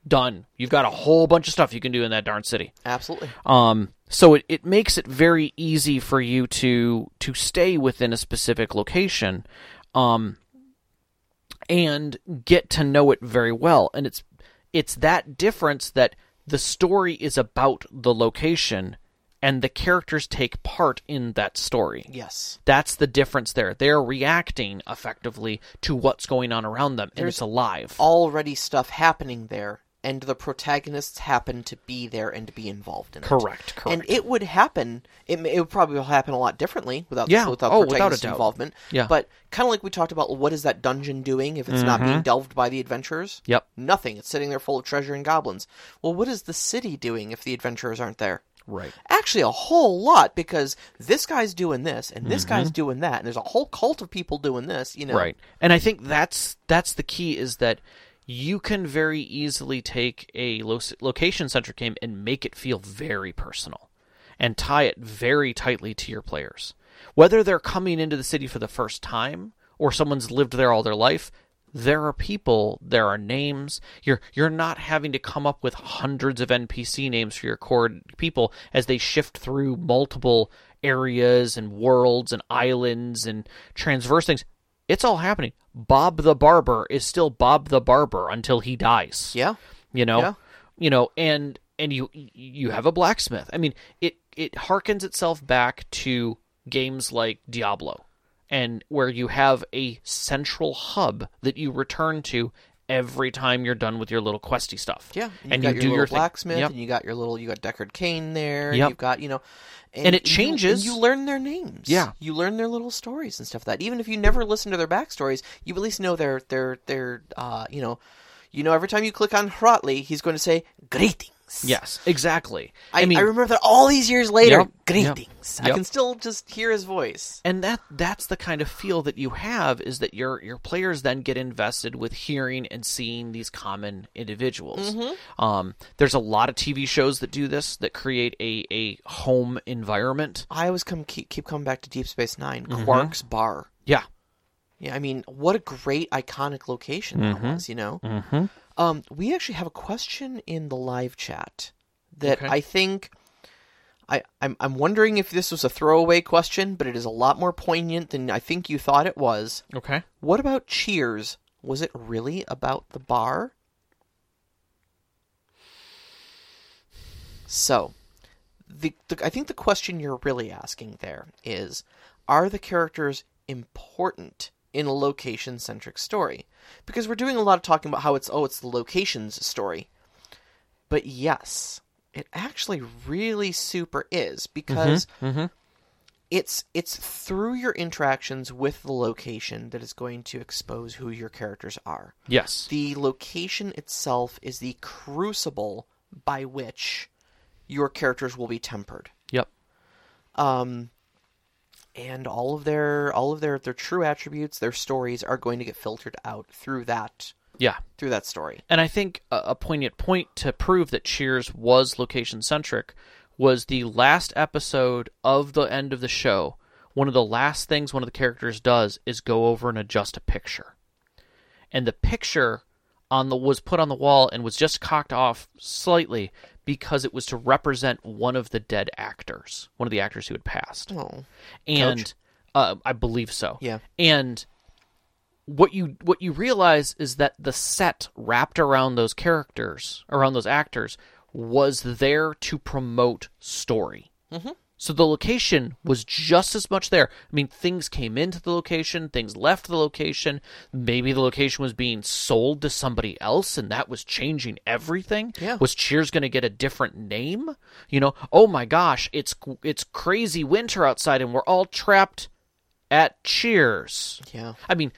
S2: Done. You've got a whole bunch of stuff you can do in that darn city.
S1: Absolutely.
S2: Um, so it, it makes it very easy for you to to stay within a specific location, um, and get to know it very well. And it's it's that difference that the story is about the location and the characters take part in that story.
S1: Yes.
S2: That's the difference there. They're reacting effectively to what's going on around them, and it's alive.
S1: Already stuff happening there, and the protagonists happen to be there and to be involved in it.
S2: correct, correct.
S1: And it would happen. It, may- it would probably happen a lot differently without
S2: Yeah.
S1: without
S2: Oh, without a
S1: protagonist
S2: doubt.
S1: involvement.
S2: Yeah.
S1: But kind of like we talked about, what is that dungeon doing if it's not
S2: Mm-hmm.
S1: being delved by the adventurers?
S2: yep,
S1: Nothing. It's sitting there full of treasure and goblins. Well, what is the city doing if the adventurers aren't there?
S2: right.
S1: Actually, a whole lot because this guy's doing this and this guy's doing that, and there's a whole cult of people doing this. You know,
S2: Mm-hmm. Right. And I think that's that's the key is that you can very easily take a location centric game and make it feel very personal and tie it very tightly to your players. Whether they're coming into the city for the first time or someone's lived there all their life, there are people, there are names. You're you're not having to come up with hundreds of NPC names for your core people as they shift through multiple areas and worlds and islands and transverse things. It's all happening. Bob the barber is still Bob the barber until he dies
S1: Yeah.
S2: you know
S1: Yeah.
S2: you know and and you you have a blacksmith i mean it it harkens itself back to games like diablo and where you have a central hub that you return to every time you're done with your little questy stuff
S1: Yeah,
S2: and
S1: got your
S2: you do
S1: little
S2: your thing.
S1: blacksmith,
S2: Yep.
S1: and you got your little you got Deckard Cain there.
S2: Yep.
S1: You've got you know,
S2: And it
S1: you-
S2: changes.
S1: You, learn their names.
S2: Yeah.
S1: you learn their little stories and stuff. Like that even if you never listen to their backstories, you at least know their their their uh you know, you know every time you click on Hrotley, he's going to say greetings.
S2: yes exactly
S1: I,
S2: mean
S1: I remember that all these years later.
S2: Yep, yep,
S1: Greetings. I
S2: yep.
S1: can still just hear his voice.
S2: and that that's the kind of feel that you have is that your your players then get invested with hearing and seeing these common individuals. Um, there's a lot of TV shows that do this that create a a home environment.
S1: I always come keep, keep coming back to Deep Space 9
S2: Mm-hmm.
S1: Quark's Bar.
S2: Yeah,
S1: Yeah, I mean, what a great iconic location that was, you know?
S2: Mhm.
S1: Um, we actually have a question in the live chat that
S2: Okay.
S1: I think I, I'm, I'm wondering if this was a throwaway question, but it is a lot more poignant than I think you thought it was.
S2: okay.
S1: What about Cheers? Was it really about the bar? So, the, the I think the question you're really asking there is are the characters important in a location centric story? Because we're doing a lot of talking about how it's oh it's the locations story. But yes, it actually really super is because it's it's through your interactions with the location that is going to expose who your characters are.
S2: Yes,
S1: The location itself is the crucible by which your characters will be tempered.
S2: yep,
S1: Um and all of their all of their their true attributes, their stories are going to get filtered out through that
S2: yeah.
S1: through that story.
S2: And I think a, a poignant point to prove that Cheers was location centric was the last episode of the end of the show. One of the last things one of the characters does is go over and adjust a picture. And the picture on the was put on the wall and was just cocked off slightly because it was to represent one of the dead actors, one of the actors who had passed
S1: Oh.
S2: and uh, I believe so.
S1: Yeah.
S2: And what you what you realize is that the set wrapped around those characters, around those actors, was there to promote story. So the location was just as much there. I mean, things came into the location, things left the location. Maybe the location was being sold to somebody else, and that was changing everything.
S1: Yeah.
S2: Was Cheers going to get a different name? You know, oh my gosh, it's it's crazy winter outside, and we're all trapped at Cheers.
S1: Yeah.
S2: I mean,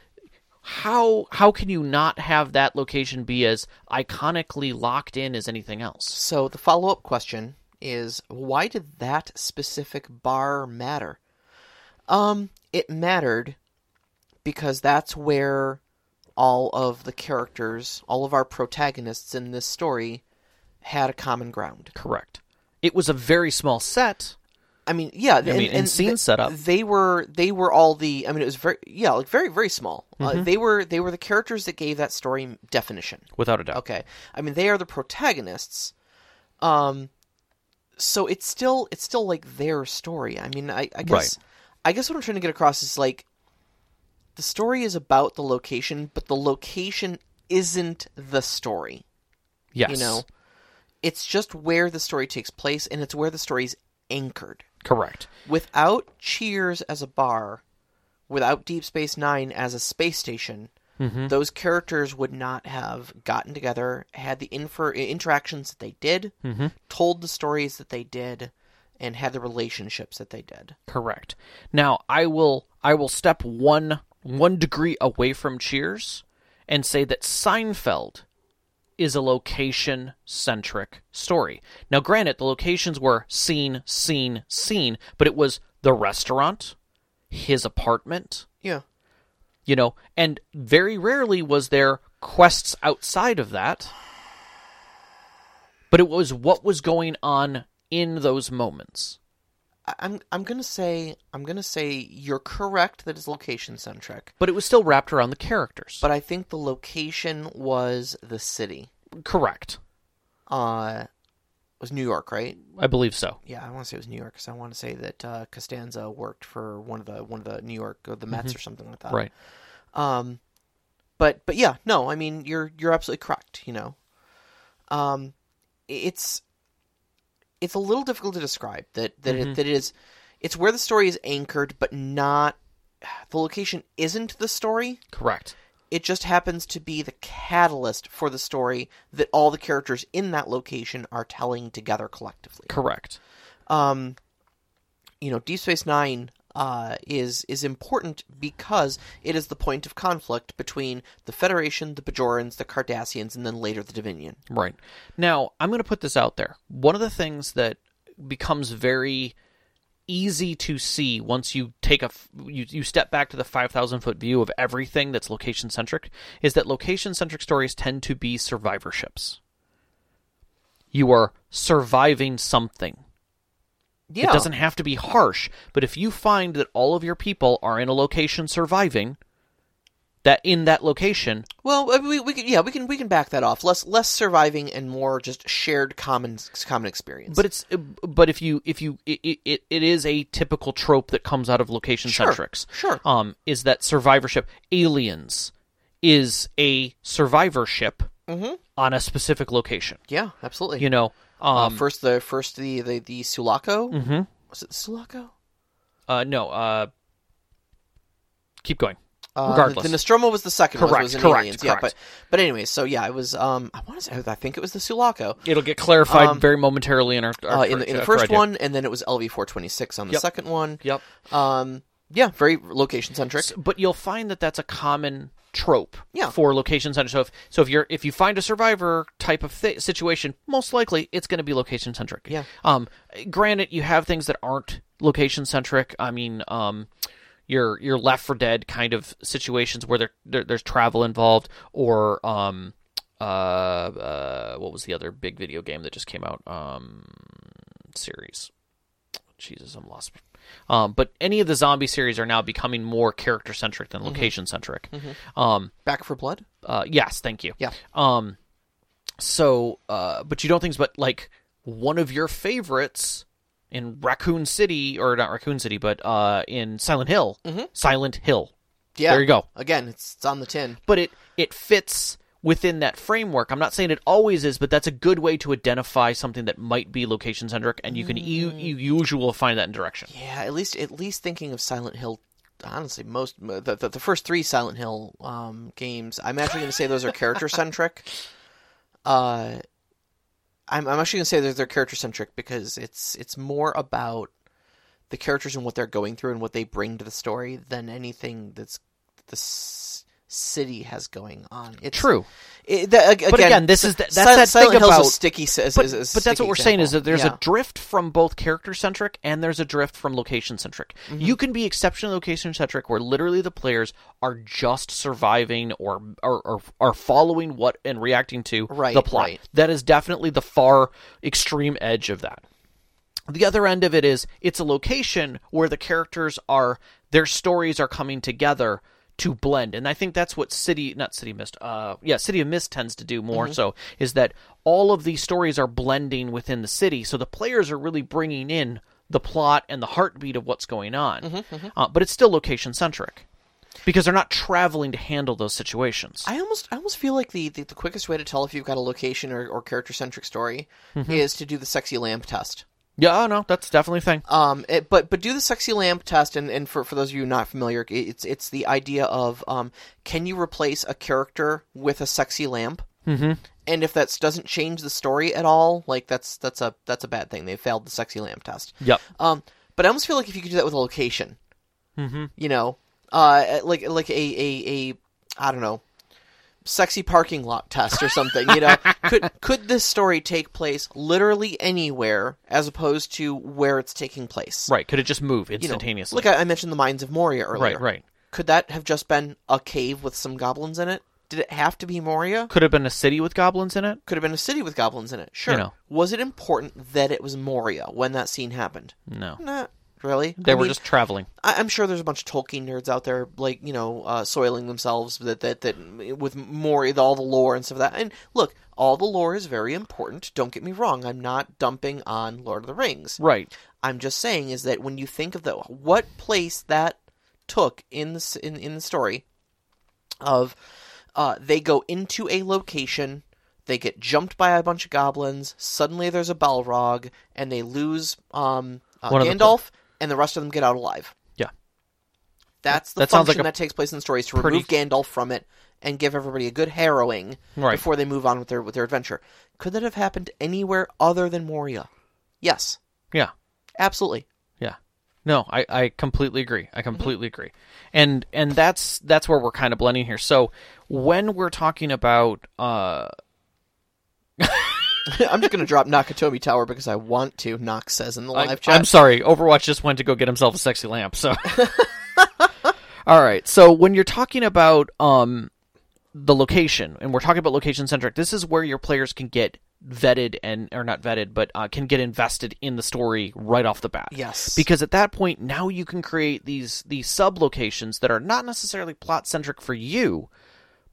S2: how how can you not have that location be as iconically locked in as anything else?
S1: So the follow up question is why did that specific bar matter? Um, it mattered because that's where all of the characters, all of our protagonists in this story had a common ground.
S2: Correct. It was a very small set.
S1: I mean, yeah,
S2: mean, and scene setup.
S1: They were they were all the I mean it was very yeah, like very very small. Uh, they were they were the characters that gave that story definition.
S2: Without a doubt.
S1: Okay. I mean, they are the protagonists. Um, so it's still it's still like their story. I mean, I, I guess I guess what I'm trying to get across is like the story is about the location, but the location isn't the story.
S2: Yes.
S1: You know, it's just where the story takes place, and it's where the story's anchored.
S2: Correct.
S1: Without Cheers as a bar, without Deep Space Nine as a space station, those characters would not have gotten together, had the infer- interactions that they did, told the stories that they did, and had the relationships that they did.
S2: Correct. Now I will I will step one one degree away from Cheers and say that Seinfeld is a location centric story. Now granted the locations were scene, scene, scene, but it was the restaurant, his apartment,
S1: Yeah.
S2: you know, and very rarely was there quests outside of that. But it was what was going on in those moments.
S1: I- I'm I'm gonna say I'm gonna say you're correct that it's location centric,
S2: But it was still wrapped around the characters.
S1: but I think the location was the city.
S2: Correct.
S1: Uh, it was New York, right?
S2: I believe so.
S1: Yeah, I want to say it was New York because I want to say that uh, Costanza worked for one of the one of the New York or the Mets or something like that.
S2: Right.
S1: Um, but but yeah, no, I mean you're you're absolutely correct. You know, um, i- it's it's a little difficult to describe that that it, that it is it's where the story is anchored, but not (sighs) the location isn't the story.
S2: Correct.
S1: It just happens to be the catalyst for the story that all the characters in that location are telling together collectively
S2: Correct.
S1: um, you know, Deep Space Nine uh, is is important because it is the point of conflict between the Federation, the Bajorans, the Cardassians, and then later the Dominion.
S2: Right. Now, I'm going to put this out there. One of the things that becomes very easy to see once you take a f- you, you step back to the 5000 foot view of everything that's location centric is that location centric stories tend to be survivorships. You are surviving something.
S1: Yeah,
S2: It doesn't have to be harsh, but if you find that all of your people are in a location surviving, that in that location,
S1: well, I mean, we, we can yeah we can we can back that off. Less less surviving and more just shared common common experience.
S2: but it's but if you if you it it, it is a typical trope that comes out of location
S1: Sure,
S2: centrics.
S1: sure.
S2: Um is that survivorship aliens is a survivorship
S1: Mm-hmm.
S2: on a specific location.
S1: yeah, absolutely.
S2: You know,
S1: Uh,
S2: um Mm-hmm.
S1: first the first the the, the Sulaco was it Sulaco?
S2: uh no, uh keep going.
S1: Uh,
S2: Regardless.
S1: the, the Nostromo was the second. one,
S2: Correct,
S1: was in
S2: correct,
S1: Aliens, yeah,
S2: correct.
S1: but but anyways, so yeah, it was. Um, I want to say I think it was the Sulaco.
S2: It'll get clarified very momentarily in our, our
S1: Um, uh, in the, in the
S2: our
S1: first
S2: idea.
S1: one, and then it was LV four twenty six on the
S2: Yep.
S1: second one.
S2: Yep.
S1: Um, yeah, very location centric.
S2: S- but you'll find that that's a common trope
S1: Yeah.
S2: for location centric. So if so, if you're if you find a survivor type of th- situation, most likely it's going to be location centric.
S1: Yeah.
S2: Um. Granted, you have things that aren't location centric. I mean, um, your your Left for Dead kind of situations where there, there there's travel involved, or um, uh, uh, what was the other big video game that just came out? Um, series. Jesus, I'm lost. Um, but any of the zombie series are now becoming more character centric than location centric. Um,
S1: Back for Blood.
S2: uh, yes, thank you.
S1: Yeah.
S2: Um, so, uh, but you don't think, but like one of your favorites in Raccoon City, or not Raccoon City, but uh, in Silent Hill, Silent Hill.
S1: Yeah.
S2: There you go.
S1: Again, it's, it's on the tin.
S2: But it it fits within that framework. I'm not saying it always is, but that's a good way to identify something that might be location centric, and you can you you usually find that in direction.
S1: Yeah, at least at least thinking of Silent Hill. Honestly, most the, the, the first three Silent Hill um, games, I'm actually going to say those are character centric. (laughs) Uh, I'm I'm actually going to say that they're character centric because it's it's more about the characters and what they're going through and what they bring to the story than anything that's the s- city has going on. It's,
S2: True.
S1: It, that, ag- again,
S2: But again, this is the-
S1: Si-
S2: that's that
S1: Silent
S2: thing
S1: Hill's
S2: about-
S1: a sticky. s- Is,
S2: but,
S1: is a
S2: but that's
S1: sticky
S2: what we're saying is
S1: example.
S2: that there's
S1: Yeah.
S2: a drift from both character centric and there's a drift from location centric.
S1: Mm-hmm.
S2: You can be exceptionally location centric where literally the players are just surviving or or, or are following what and reacting to
S1: Right,
S2: the plot.
S1: right.
S2: That is definitely the far extreme edge of that. The other end of it is it's a location where the characters are their stories are coming together to blend. And I think that's what City not City of Mist uh yeah, City of Mist tends to do
S1: Mm-hmm.
S2: more so is that all of these stories are blending within the city. So the players are really bringing in the plot and the heartbeat of what's going on.
S1: Mm-hmm,
S2: Uh, but it's still location centric because they're not traveling to handle those situations.
S1: I almost I almost feel like the, the, the quickest way to tell if you've got a location or, or character centric story is to do the sexy lamp test.
S2: Yeah, oh, no, that's definitely a thing.
S1: Um, it- but but do the sexy lamp test, and, and for, for those of you not familiar, it- it's it's the idea of um, can you replace a character with a sexy lamp? Mm-hmm. And if that doesn't change the story at all, like that's that's a that's a bad thing. They failed the sexy lamp test.
S2: Yep.
S1: Um, but I almost feel like if you could do that with a location, mm-hmm. you know, uh, like like a a a I don't know, sexy parking lot test or something. You
S2: (laughs)
S1: know, could could this story take place literally anywhere as opposed to where it's taking place?
S2: Right. Could it just move
S1: You know,
S2: instantaneously?
S1: like I, I mentioned, the mines of Moria earlier.
S2: right, right.
S1: Could that have just been a cave with some goblins in it? Did it have to be Moria?
S2: Could have been a city with goblins in it.
S1: Could have been a city with goblins in it. Sure.
S2: know.
S1: Was it important that it was Moria when that scene happened?
S2: No.
S1: Not really.
S2: They
S1: I
S2: were
S1: mean,
S2: just traveling.
S1: I, I'm sure there's a bunch of Tolkien nerds out there, like you know, uh, soiling themselves that that that with more with all the lore and stuff like that. And look, all the lore is very important. Don't get me wrong. I'm not dumping on Lord of the Rings.
S2: Right.
S1: I'm just saying is that when you think of the what place that took in the s- in in the story of uh, they go into a location, they get jumped by a bunch of goblins. Suddenly, there's a Balrog, and they lose um, uh,
S2: One of the
S1: Gandalf, and the rest of them get out alive.
S2: Yeah.
S1: That's the
S2: That sounds
S1: function
S2: like
S1: that
S2: a
S1: takes place in the story is to
S2: pretty-
S1: remove Gandalf from it and give everybody a good harrowing
S2: Right.
S1: before they move on with their with their adventure. Could that have happened anywhere other than Moria? Yes,
S2: Yeah.
S1: absolutely. (laughs)
S2: Yeah. No, I, I completely agree. I completely agree. And and that's that's where we're kind of blending here. So when we're talking about uh
S1: I'm just gonna drop Nakatomi Tower because I want to. Knox says in the
S2: I,
S1: live chat.
S2: am sorry, Overwatch just went to go get himself a sexy lamp, so (laughs) All right. So when you're talking about um the location and we're talking about location centric, this is where your players can get vetted and or not vetted, but uh, can get invested in the story right off the bat.
S1: Yes.
S2: because at that point now you can create these these sub locations that are not necessarily plot centric for you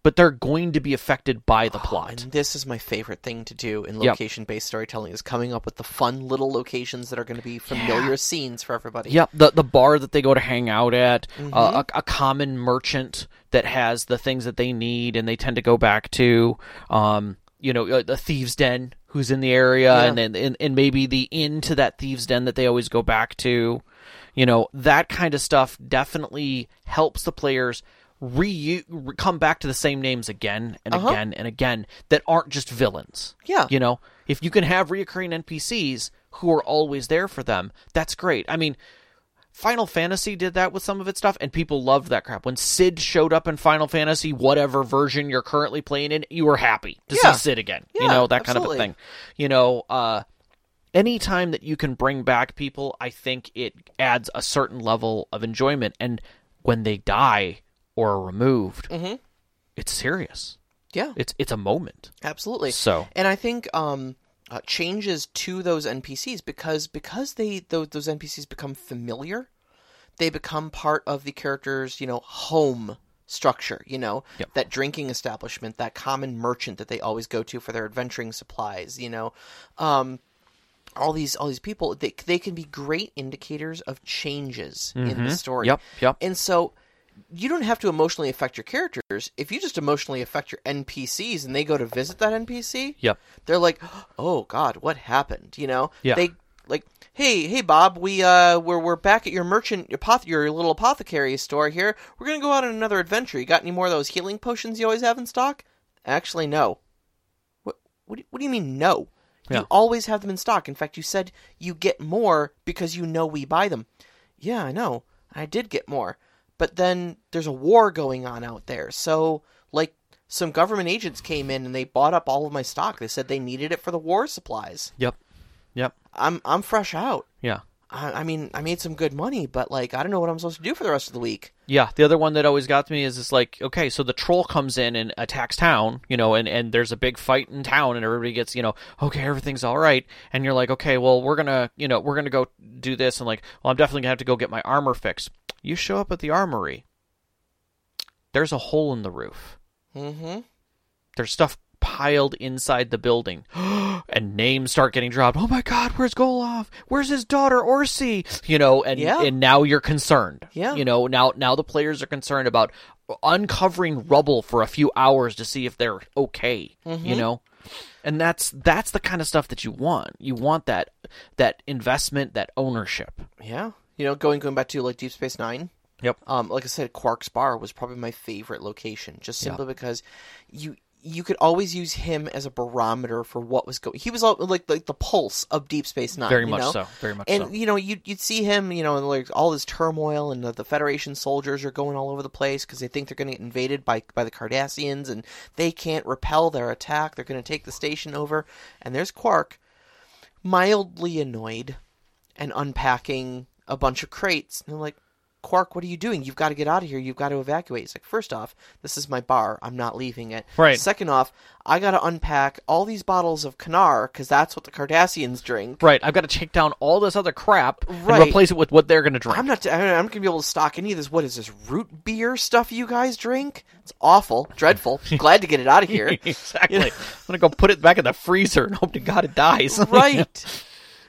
S2: but they're going to be affected by the plot
S1: Ah, and this is my favorite thing to do in
S2: Yep.
S1: location based storytelling is coming up with the fun little locations that are going to be familiar scenes for everybody.
S2: yep the the bar that they go to hang out at
S1: Mm-hmm.
S2: uh, a, a common merchant that has the things that they need and they tend to go back to um you know uh, the thieves den who's in the area
S1: Yeah.
S2: and then and, and maybe the inn to that thieves den that they always go back to you know that kind of stuff definitely helps the players re come back to the same names again and again and again that aren't just villains
S1: Uh-huh. Yeah.
S2: you know if you can have reoccurring npcs who are always there for them that's great i mean Final Fantasy did that with some of its stuff, and people loved that crap. When Sid showed up in Final Fantasy, whatever version you're currently playing in, you were happy to
S1: Yeah.
S2: see Sid again. you
S1: Yeah,
S2: know, that
S1: absolutely.
S2: kind of a thing. You know, uh, anytime that you can bring back people, I think it adds a certain level of enjoyment. And when they die or are removed,
S1: Mm-hmm.
S2: it's serious.
S1: Yeah,
S2: It's it's a moment.
S1: absolutely.
S2: So
S1: and I think um, uh, changes to those NPCs because because they those, those NPCs become familiar, they become part of the character's you know home structure. You know that drinking establishment, that common merchant that they always go to for their adventuring supplies. You know, um, all these all these people they they can be great indicators of changes in the story.
S2: Mm-hmm. Yep, yep.
S1: And so you don't have to emotionally affect your characters if you just emotionally affect your NPCs and they go to visit that NPC.
S2: Yep.
S1: They're like, "Oh god, what happened?" You know?
S2: Yeah.
S1: They like, "Hey, hey Bob, we uh we're we're back at your merchant your, apoth- your little apothecary store here. We're going to go out on another adventure. You got any more of those healing potions you always have in stock?" Actually, no. What what do, what do you mean no?
S2: Yeah.
S1: You always have them in stock. In fact, you said you get more because you know we buy them. Yeah, I know. I did get more. But then there's a war going on out there. So, like, some government agents came in and they bought up all of my stock. They said they needed it for the war supplies.
S2: Yep. Yep.
S1: I'm I'm fresh out.
S2: Yeah.
S1: I, I mean, I made some good money, but like, I don't know what I'm supposed to do for the rest of the week.
S2: Yeah, the other one that always got to me is it's like, okay, so the troll comes in and attacks town, you know, and, and there's a big fight in town, and everybody gets, you know, okay, everything's all right, and you're like, okay, well, we're gonna, you know, we're gonna go do this, and like, well, I'm definitely gonna have to go get my armor fixed. You show up at the armory, there's a hole in the roof,
S1: Mm-hmm.
S2: there's stuff piled inside the building, (gasps) and names start getting dropped. Oh my God, where's Goloff? Where's his daughter Orsi? You know, and
S1: Yeah.
S2: and now you're concerned.
S1: Yeah.
S2: You know, now now the players are concerned about uncovering rubble for a few hours to see if they're okay,
S1: Mm-hmm.
S2: you know? And that's that's the kind of stuff that you want. You want that that investment, that ownership.
S1: Yeah. You know, going going back to like Deep Space Nine.
S2: Yep.
S1: Um, like I said, Quark's bar was probably my favorite location, just simply because you you could always use him as a barometer for what was going. He was all, like like the pulse of Deep Space Nine.
S2: Very
S1: you
S2: much
S1: know?
S2: so. Very much
S1: and
S2: so.
S1: you know you'd, you'd see him you know and like all this turmoil and the, the federation soldiers are going all over the place because they think they're going to get invaded by by the cardassians and they can't repel their attack they're going to take the station over and there's quark mildly annoyed and unpacking a bunch of crates and they're like quark what are you doing you've got to get out of here you've got to evacuate he's like first off this is my bar i'm not leaving it
S2: Right.
S1: second off i got to unpack all these bottles of canar because that's what the cardassians drink
S2: Right. I've got to take down all this other crap
S1: Right.
S2: and replace it with what they're going to drink.
S1: I'm not. I'm not gonna be able to stock any of this. What is this root beer stuff you guys drink? It's awful, dreadful. Glad to get it out of here.
S2: (laughs) exactly. I'm going to go put it back in the freezer and hope to God it dies. (laughs)
S1: (laughs) right.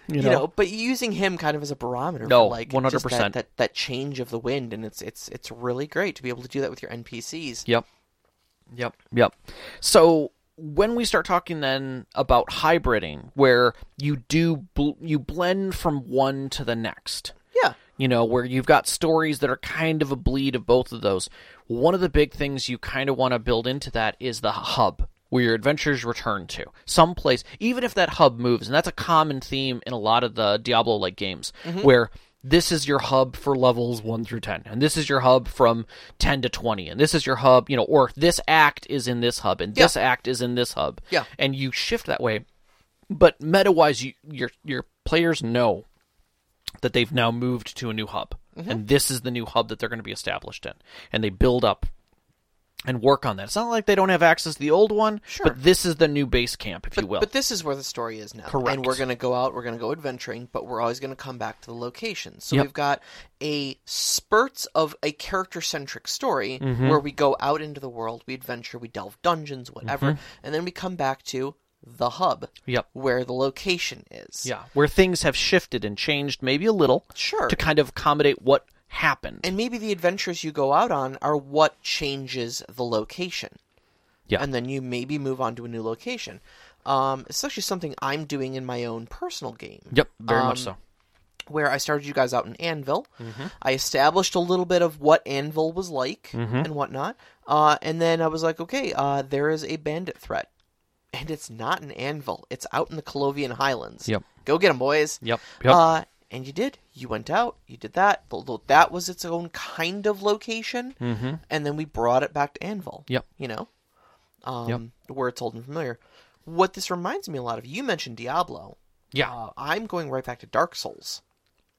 S2: you
S1: You
S2: know?
S1: know? but using him kind of as a barometer.
S2: No,
S1: for like just
S2: 100%.
S1: That, that that change of the wind, and it's it's it's really great to be able to do that with your NPCs.
S2: Yep. Yep. Yep. So when we start talking then about hybriding, where you do bl- you blend from one to the next,
S1: Yeah.
S2: you know, where you've got stories that are kind of a bleed of both of those. One of the big things you kind of want to build into that is the hub where your adventures return to someplace, even if that hub moves, and that's a common theme in a lot of the Diablo like games, where this is your hub for levels 1 through 10 and this is your hub from 10 to 20 and this is your hub you know or this act is in this hub and this act is in this hub
S1: Yeah.
S2: and you shift that way but meta wise you, your your players know that they've now moved to a new hub
S1: Mm-hmm.
S2: and this is the new hub that they're going to be established in and they build up and work on that it's not like they don't have access to the old one
S1: Sure.
S2: but this is the new base camp if you will
S1: But this is where the story is now.
S2: Correct.
S1: And we're going to go out, we're going to go adventuring, but we're always going to come back to the location. So
S2: Yep.
S1: we've got a spurts of a character centric story
S2: Mm-hmm.
S1: where we go out into the world, we adventure, we delve dungeons, whatever,
S2: Mm-hmm.
S1: and then we come back to the hub.
S2: Yep.
S1: Where the location is.
S2: yeah where things have shifted and changed maybe a little
S1: Sure.
S2: to kind of accommodate what happened
S1: And maybe the adventures you go out on are what changes the location.
S2: Yeah.
S1: And then you maybe move on to a new location. Um, it's actually something I'm doing in my own personal game.
S2: yep very much
S1: um,
S2: so
S1: where I started you guys out in Anvil.
S2: Mm-hmm.
S1: I established a little bit of what Anvil was like
S2: Mm-hmm.
S1: and whatnot. Uh, and then I was like, okay, uh, there is a bandit threat. And it's not an Anvil, it's out in the Colovian Highlands.
S2: Yep.
S1: Go get them, boys.
S2: Yep, yep.
S1: Uh, and you did. You went out, you did that. Th- th- That was its own kind of location. Mm-hmm. And then we brought it back to Anvil.
S2: Yep.
S1: You know? Um, Where it's old and familiar. What this reminds me a lot of, you mentioned Diablo.
S2: yeah
S1: Uh, I'm going right back to Dark Souls.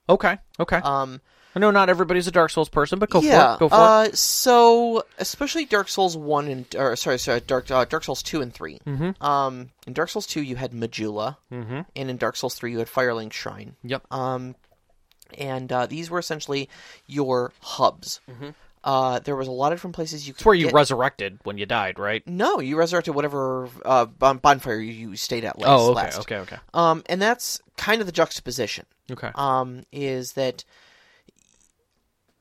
S2: okay okay
S1: Um,
S2: i know not everybody's a dark souls person but go for it go for it
S1: uh, So, especially Dark Souls one and or sorry, sorry, Dark uh, Dark Souls two and 3
S2: Mm-hmm.
S1: Um, in Dark Souls two, you had Majula, and in Dark Souls three, you had Firelink Shrine.
S2: yep
S1: Um, and uh, these were essentially your hubs. Uh, there was a lot of different places you. Could
S2: Mm-hmm. it's where you
S1: get-
S2: resurrected when you died right
S1: No, you resurrected whatever uh, bon- bonfire you- you stayed at last.
S2: oh okay
S1: last.
S2: okay okay
S1: Um, and that's kind of the juxtaposition
S2: okay
S1: um, is that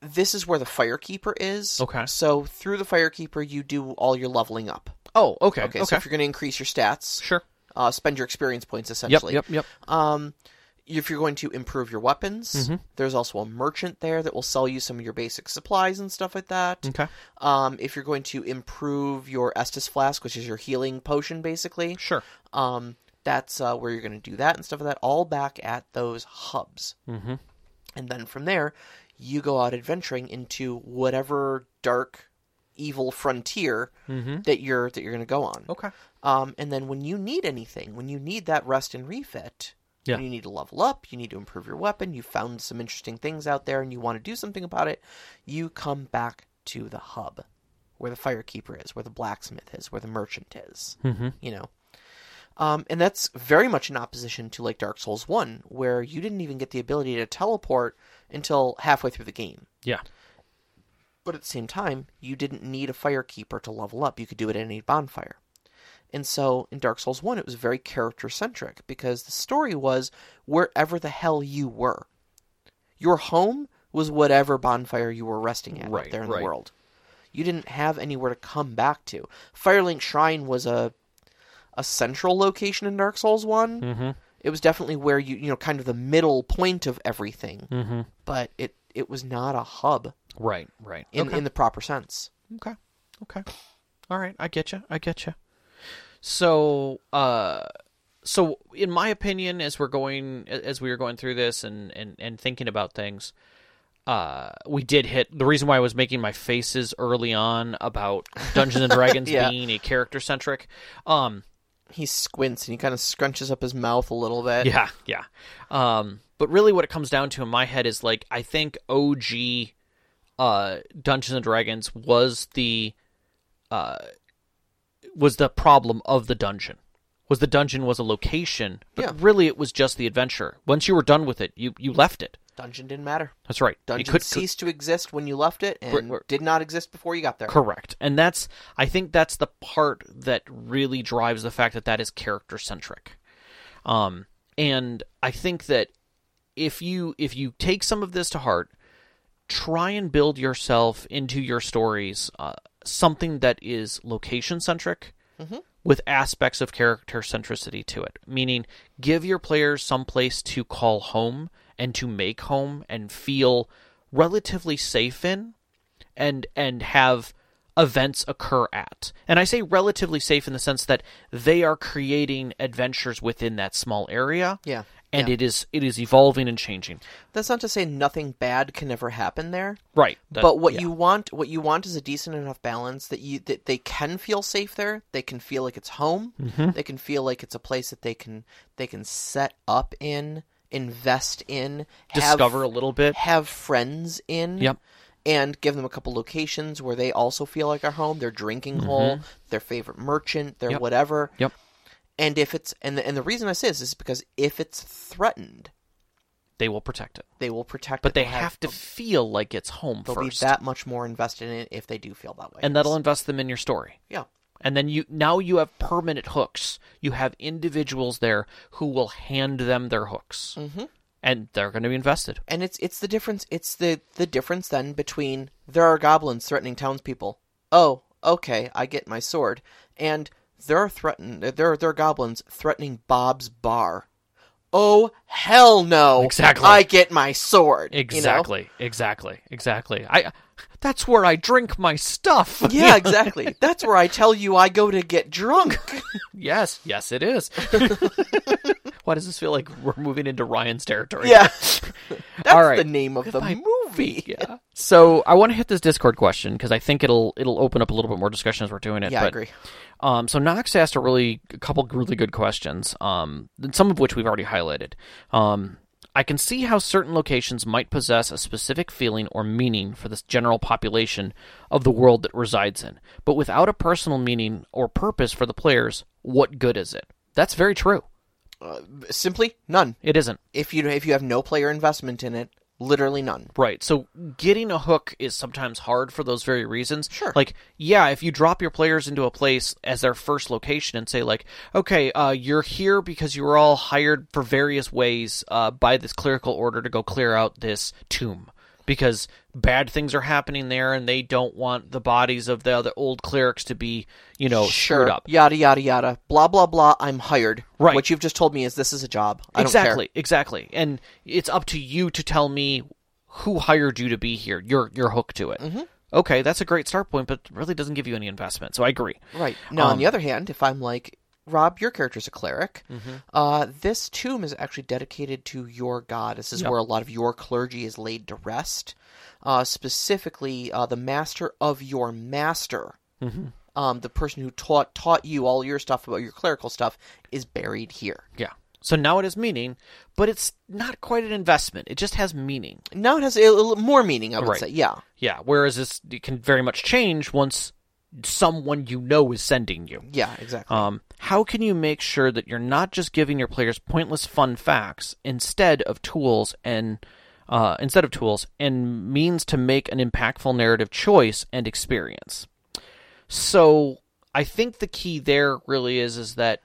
S1: this is where the firekeeper is.
S2: Okay.
S1: So through the firekeeper, you do all your leveling up.
S2: oh okay
S1: Okay. So if you're going to increase your stats,
S2: sure
S1: uh, spend your experience points
S2: yep
S1: essentially.
S2: yep yep
S1: Um, if you're going to improve your weapons,
S2: Mm-hmm.
S1: there's also a merchant there that will sell you some of your basic supplies and stuff like that.
S2: okay
S1: Um, if you're going to improve your Estus flask, which is your healing potion, basically,
S2: sure
S1: um, that's uh, where you're going to do that and stuff like that, all back at those hubs. Mm-hmm. And then from there, you go out adventuring into whatever dark, evil frontier that you're that you're going to go on.
S2: okay
S1: Um, and then when you need anything, when you need that rest and refit,
S2: Yeah.
S1: when you need to level up, you need to improve your weapon, you found some interesting things out there and you want to do something about it, you come back to the hub where the firekeeper is, where the blacksmith is, where the merchant is, mm-hmm. you know. Um, and that's very much in opposition to like Dark Souls 1, where you didn't even get the ability to teleport until halfway through the game.
S2: yeah
S1: But at the same time, you didn't need a firekeeper to level up. You could do it at any bonfire. And so in Dark Souls 1, it was very character centric because the story was wherever the hell you were. Your home was whatever bonfire you were resting at out
S2: Right,
S1: there in
S2: right.
S1: the world. you didn't have anywhere to come back to. Firelink Shrine was a a central location in Dark Souls One. Mm-hmm. It was definitely where you you know kind of the middle point of everything, mm-hmm. but it it was not a hub
S2: Right, right.
S1: in in the proper sense.
S2: Okay. Okay. All right. I get you. I get you. So, uh, so in my opinion, as we're going, as we were going through this and and and thinking about things, uh, we did hit the reason why I was making my faces early on about Dungeons and (laughs) Dragons
S1: Yeah.
S2: being a character centric. Um,
S1: He squints and he kind of scrunches up his mouth a little bit.
S2: (laughs) yeah, yeah. Um, but really, what it comes down to in my head is like I think OG uh, Dungeons and Dragons was the uh, was the problem of the dungeon. Was the dungeon was a location, but
S1: Yeah.
S2: really it was just the adventure. Once you were done with it, you you left it.
S1: Dungeon didn't matter.
S2: That's right. You
S1: Dungeon
S2: could-
S1: ceased to exist when you left it and
S2: we're-
S1: did not exist before you got there.
S2: Correct. And that's I think that's the part that really drives the fact that that is character centric. Um and I think that if you if you take some of this to heart, try and build yourself into your stories uh, something that is location centric
S1: Mm-hmm.
S2: with aspects of character centricity to it. Meaning, give your players some place to call home and to make home and feel relatively safe in and and have events occur at. And I say relatively safe in the sense that they are creating adventures within that small area.
S1: Yeah.
S2: And it is it is evolving and changing.
S1: That's not to say nothing bad can ever happen there.
S2: Right. That-
S1: but what
S2: yeah.
S1: you want what you want is a decent enough balance that you that they can feel safe there they can feel like it's home
S2: Mm-hmm.
S1: they can feel like it's a place that they can they can set up in invest in have-
S2: discover a little bit.
S1: have friends in
S2: Yep.
S1: and give them a couple locations where they also feel like are home their drinking hole their favorite merchant their
S2: Mm-hmm. Yep.
S1: whatever
S2: Yep.
S1: and if it's and the, and the reason i say this is because if it's threatened
S2: They will protect it.
S1: they will protect
S2: But
S1: it.
S2: they
S1: They'll
S2: have to feel like it's home
S1: they'll
S2: first.
S1: be that much more invested in it if they do feel that way
S2: and that'll invest them in your story.
S1: yeah
S2: And then you now you have permanent hooks. You have individuals there who will hand them their hooks. Mm-hmm. And they're going to be invested.
S1: and it's it's the difference it's the the difference then between there are goblins threatening townspeople oh okay i get my sword and there are threatened there are, there are goblins threatening bob's bar oh hell no
S2: Exactly.
S1: i get my sword you know?
S2: Exactly. Exactly. Exactly. I that's where I drink my stuff.
S1: (laughs) yeah
S2: (laughs)
S1: exactly that's where i tell you i go to get drunk
S2: yes. Yes it is. (laughs) Why does this feel like we're moving into Ryan's territory?
S1: yeah that's
S2: right.
S1: the name of the movie
S2: (laughs) Yeah. So I want to hit this Discord question because I think it'll it'll open up a little bit more discussion as we're doing it.
S1: yeah
S2: but,
S1: i agree
S2: Um, so Knox asked a really a couple really good questions. Um, some of which we've already highlighted. Um, I can see how certain locations might possess a specific feeling or meaning for this general population of the world that resides in, but without a personal meaning or purpose for the players, what good is it? That's very true.
S1: simply none
S2: It isn't.
S1: if you if you have no player investment in it literally none
S2: Right. So getting a hook is sometimes hard for those very reasons.
S1: Sure.
S2: Like, yeah, if you drop your players into a place as their first location and say, like, okay, uh, you're here because you were all hired for various ways uh, by this clerical order to go clear out this tomb because bad things are happening there and they don't want the bodies of the other old clerics to be, you know, screwed Oh, up.
S1: Yada yada yada. Blah blah blah. I'm hired.
S2: Right.
S1: What you've just told me is this is a job. I
S2: exactly, exactly. And it's up to you to tell me who hired you to be here. Your your hook to it. Okay, that's a great start point, but really doesn't give you any investment. So I agree.
S1: don't care. Right. Now,
S2: Um,
S1: on the other hand, if I'm like Rob, your character's a cleric.
S2: Mm-hmm.
S1: Uh, this tomb is actually dedicated to your god. This is where a lot of your clergy is laid to rest. Uh, specifically, uh, the master of your master,
S2: Mm-hmm.
S1: um, the person who taught taught you all your stuff about your clerical stuff, is buried here.
S2: Yeah. So now it has meaning, but it's not quite an investment. It just has meaning.
S1: Now it has a, a, more meaning. I would
S2: Right.
S1: say, yeah.
S2: Yeah. Whereas this it can very much change once someone you know is sending you.
S1: Yeah, exactly.
S2: Um, how can you make sure that you're not just giving your players pointless fun facts instead of tools and uh, instead of tools and means to make an impactful narrative choice and experience? So I think the key there really is is that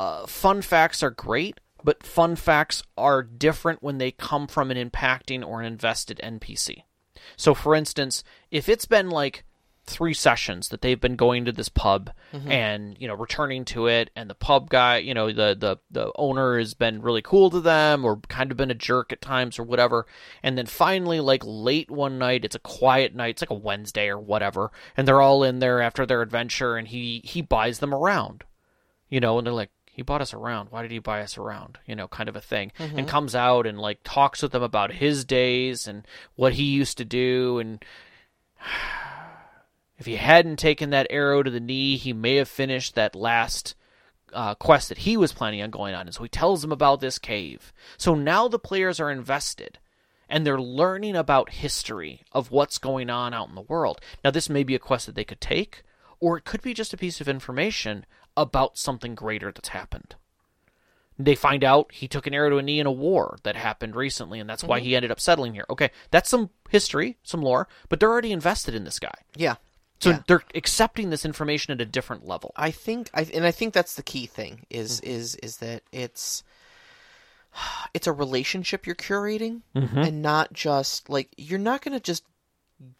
S2: uh, fun facts are great, but fun facts are different when they come from an impacting or an invested NPC. So, for instance, if it's been like three sessions that they've been going to this pub and you know returning to it and the pub guy you know the, the the owner has been really cool to them or kind of been a jerk at times or whatever and then finally like late one night it's a quiet night it's like a wednesday or whatever and they're all in there after their adventure and he he buys them around you know, and they're like, he bought us around. Why did he buy us around? You know, kind of a thing. And comes out and like talks with them about his days and what he used to do. And (sighs) if he hadn't taken that arrow to the knee, he may have finished that last uh, quest that he was planning on going on. And so he tells them about this cave. So now the players are invested and they're learning about history of what's going on out in the world. Now, this may be a quest that they could take, or it could be just a piece of information about something greater that's happened. They find out he took an arrow to a knee in a war that happened recently, and that's why he ended up settling here. Okay, that's some history, some lore, but they're already invested in this guy.
S1: Yeah.
S2: So
S1: Yeah.
S2: they're accepting this information at a different level.
S1: I think I and I think that's the key thing is is is that it's (sighs) it's a relationship you're curating and not just like you're not going to just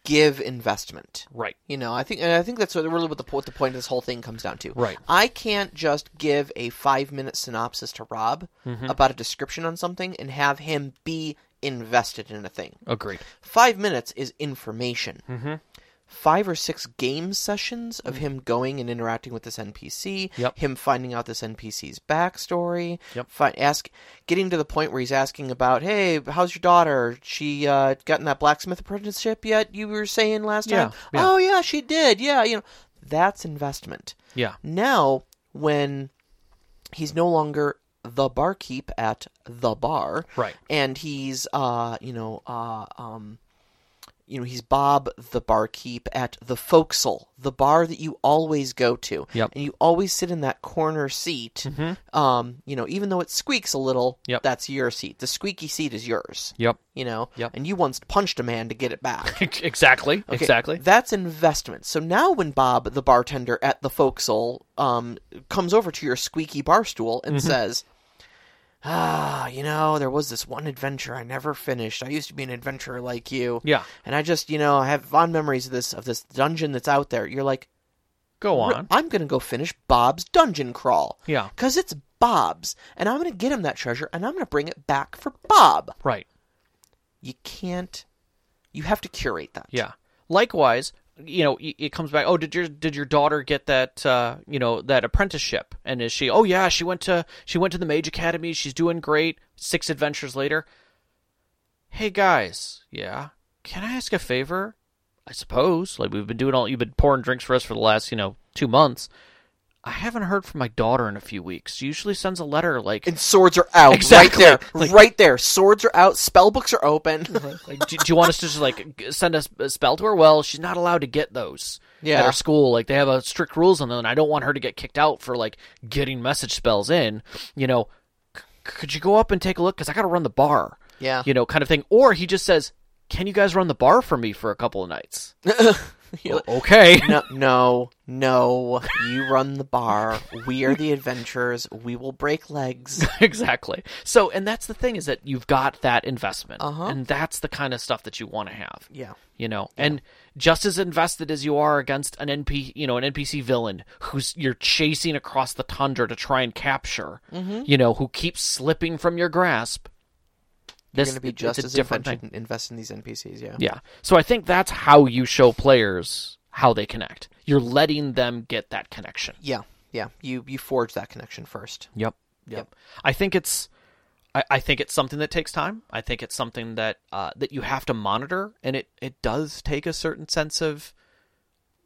S1: give investment.
S2: Right.
S1: You know, I think and I think that's what, really what the po- what the point of this whole thing comes down to.
S2: Right.
S1: I can't just give a 5-minute synopsis to Rob about a description on something and have him be invested in a thing.
S2: Agreed.
S1: 5 minutes is information
S2: Mm-hmm.
S1: five or six game sessions of him going and interacting with this NPC,
S2: Yep.
S1: him finding out this NPC's backstory,
S2: Yep.
S1: fi- ask, getting to the point where he's asking about, hey, how's your daughter? She uh, gotten that blacksmith apprenticeship yet? You were saying last
S2: Yeah,
S1: time.
S2: yeah.
S1: Oh yeah, she did. Yeah, you know, that's investment.
S2: Yeah.
S1: Now, when he's no longer the barkeep at the bar,
S2: Right.
S1: And he's, uh, you know, uh, um, you know, he's Bob the barkeep at the Fo'c'sle, the bar that you always go to,
S2: Yep. Mm-hmm.
S1: and you always sit in that corner seat. Um, you know, even though it squeaks a little,
S2: Yep.
S1: that's your seat. The squeaky seat is yours.
S2: Yep.
S1: You know,
S2: Yep.
S1: and you once punched a man to get it back.
S2: (laughs) exactly.
S1: Okay,
S2: Exactly.
S1: That's investment. So now when Bob, the bartender at the forecastle, um, comes over to your squeaky bar stool
S2: Mm-hmm.
S1: and says, Ah, you know, there was this one adventure I never finished. I used to be an adventurer like you.
S2: Yeah.
S1: And I just, you know, I have fond memories of this of this dungeon that's out there. You're like,
S2: Go
S1: "R-
S2: on.
S1: I'm gonna go finish Bob's dungeon crawl.
S2: Yeah.
S1: Cause it's Bob's, and I'm gonna get him that treasure, and I'm gonna bring it back for Bob.
S2: Right.
S1: You can't. You have to curate that.
S2: Yeah. Likewise, you know, y- it comes back. Oh, did your did your daughter get that uh, you know that apprenticeship? And is she? Oh yeah, she went to she went to the Mage Academy. She's doing great. Six adventures later. Hey guys, yeah. Can I ask a favor? I suppose. Like we've been doing all you've been pouring drinks for us for the last you know two months. I haven't heard from my daughter in a few weeks. She usually sends a letter like
S1: and swords are out
S2: Exactly.
S1: right there
S2: Like-
S1: right there swords are out spell books are open
S2: Like, do, do you want us to just like g- send us a spell to her? Well, she's not allowed to get those
S1: Yeah.
S2: at our school. Like they have a strict rules on them, and I don't want her to get kicked out for like getting message spells in. You know, C- could you go up and take a look? Because I got to run the bar.
S1: Yeah.
S2: you know, kind of thing. Or he just says, "Can you guys run the bar for me for a couple of nights?"
S1: (laughs)
S2: Well, okay.
S1: no no no you run the bar we are the adventurers we will break legs
S2: (laughs) exactly. So, and that's the thing is that you've got that investment, and that's the kind of stuff that you want to have.
S1: (laughs) Yeah.
S2: you know, and just as invested as you are against an NP, you know, an NPC villain who's you're chasing across the tundra to try and capture,
S1: Mm-hmm.
S2: you know, who keeps slipping from your grasp. This
S1: going to be
S2: it-
S1: just
S2: it's a
S1: as
S2: different
S1: invested,
S2: thing.
S1: invest in these npcs yeah
S2: Yeah. So I think that's how you show players how they connect. You're letting them get that connection.
S1: yeah yeah you you forge that connection first
S2: Yep. Yep. I think it's I, I think it's something that takes time. I think it's something that uh, that you have to monitor and it, it does take a certain sense of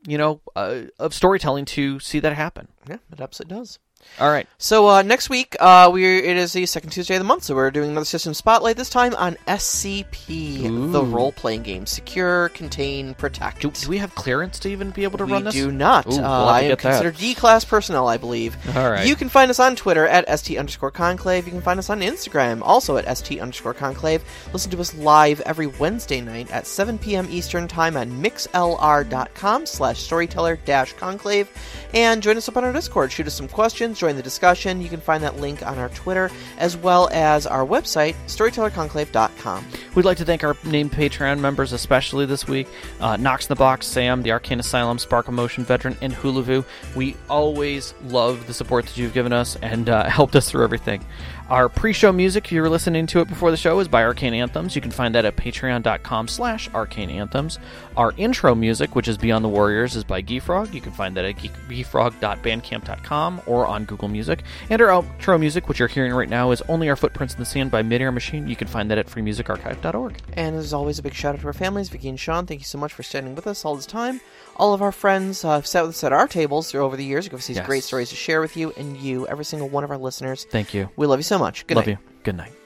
S2: you know, uh, of storytelling to see that happen.
S1: yeah it absolutely does
S2: All right.
S1: so uh, next week uh, we it is the second Tuesday of the month, so we're doing another system spotlight this time on SCP, the role playing game, secure, contain, protect.
S2: Do, do we have clearance to even be able to
S1: We
S2: run this?
S1: do not.
S2: Ooh,
S1: Uh,
S2: we'll have to
S1: I am
S2: get that.
S1: considered D-class personnel, I believe.
S2: All right.
S1: You can find us on Twitter at st underscore conclave. You can find us on Instagram, also at st underscore conclave. Listen to us live every Wednesday night at 7 p.m. Eastern Time on mixlr.com slash storyteller dash conclave. And join us up on our Discord. Shoot us some questions. questions, join the discussion. You can find that link on our Twitter as well as our website, storytellerconclave.com.
S2: We'd like to thank our named Patreon members, especially this week uh, Knox in the Box, Sam, the Arcane Asylum, Spark Emotion Veteran, and Hulavu. We always love the support that you've given us and uh, (laughs) helped us through everything. Our pre-show music, if you were listening to it before the show, is by Arcane Anthems. You can find that at patreon.com slash arcane anthems. Our intro music, which is Beyond the Warriors, is by Geefrog. You can find that at geek- geefrog.bandcamp.com or on Google Music. And our outro music, which you're hearing right now, is Only Our Footprints in the Sand by Midair Machine. You can find that at freemusicarchive.org.
S1: And as always, a big shout out to our families, Vicky and Sean. Thank you so much for standing with us all this time. All of our friends uh, have sat with us at our tables through over the years. Give us these
S2: Yes.
S1: great stories to share with you and you, every single one of our listeners.
S2: Thank you.
S1: We love you so much. Good
S2: Love
S1: night.
S2: you. Good night.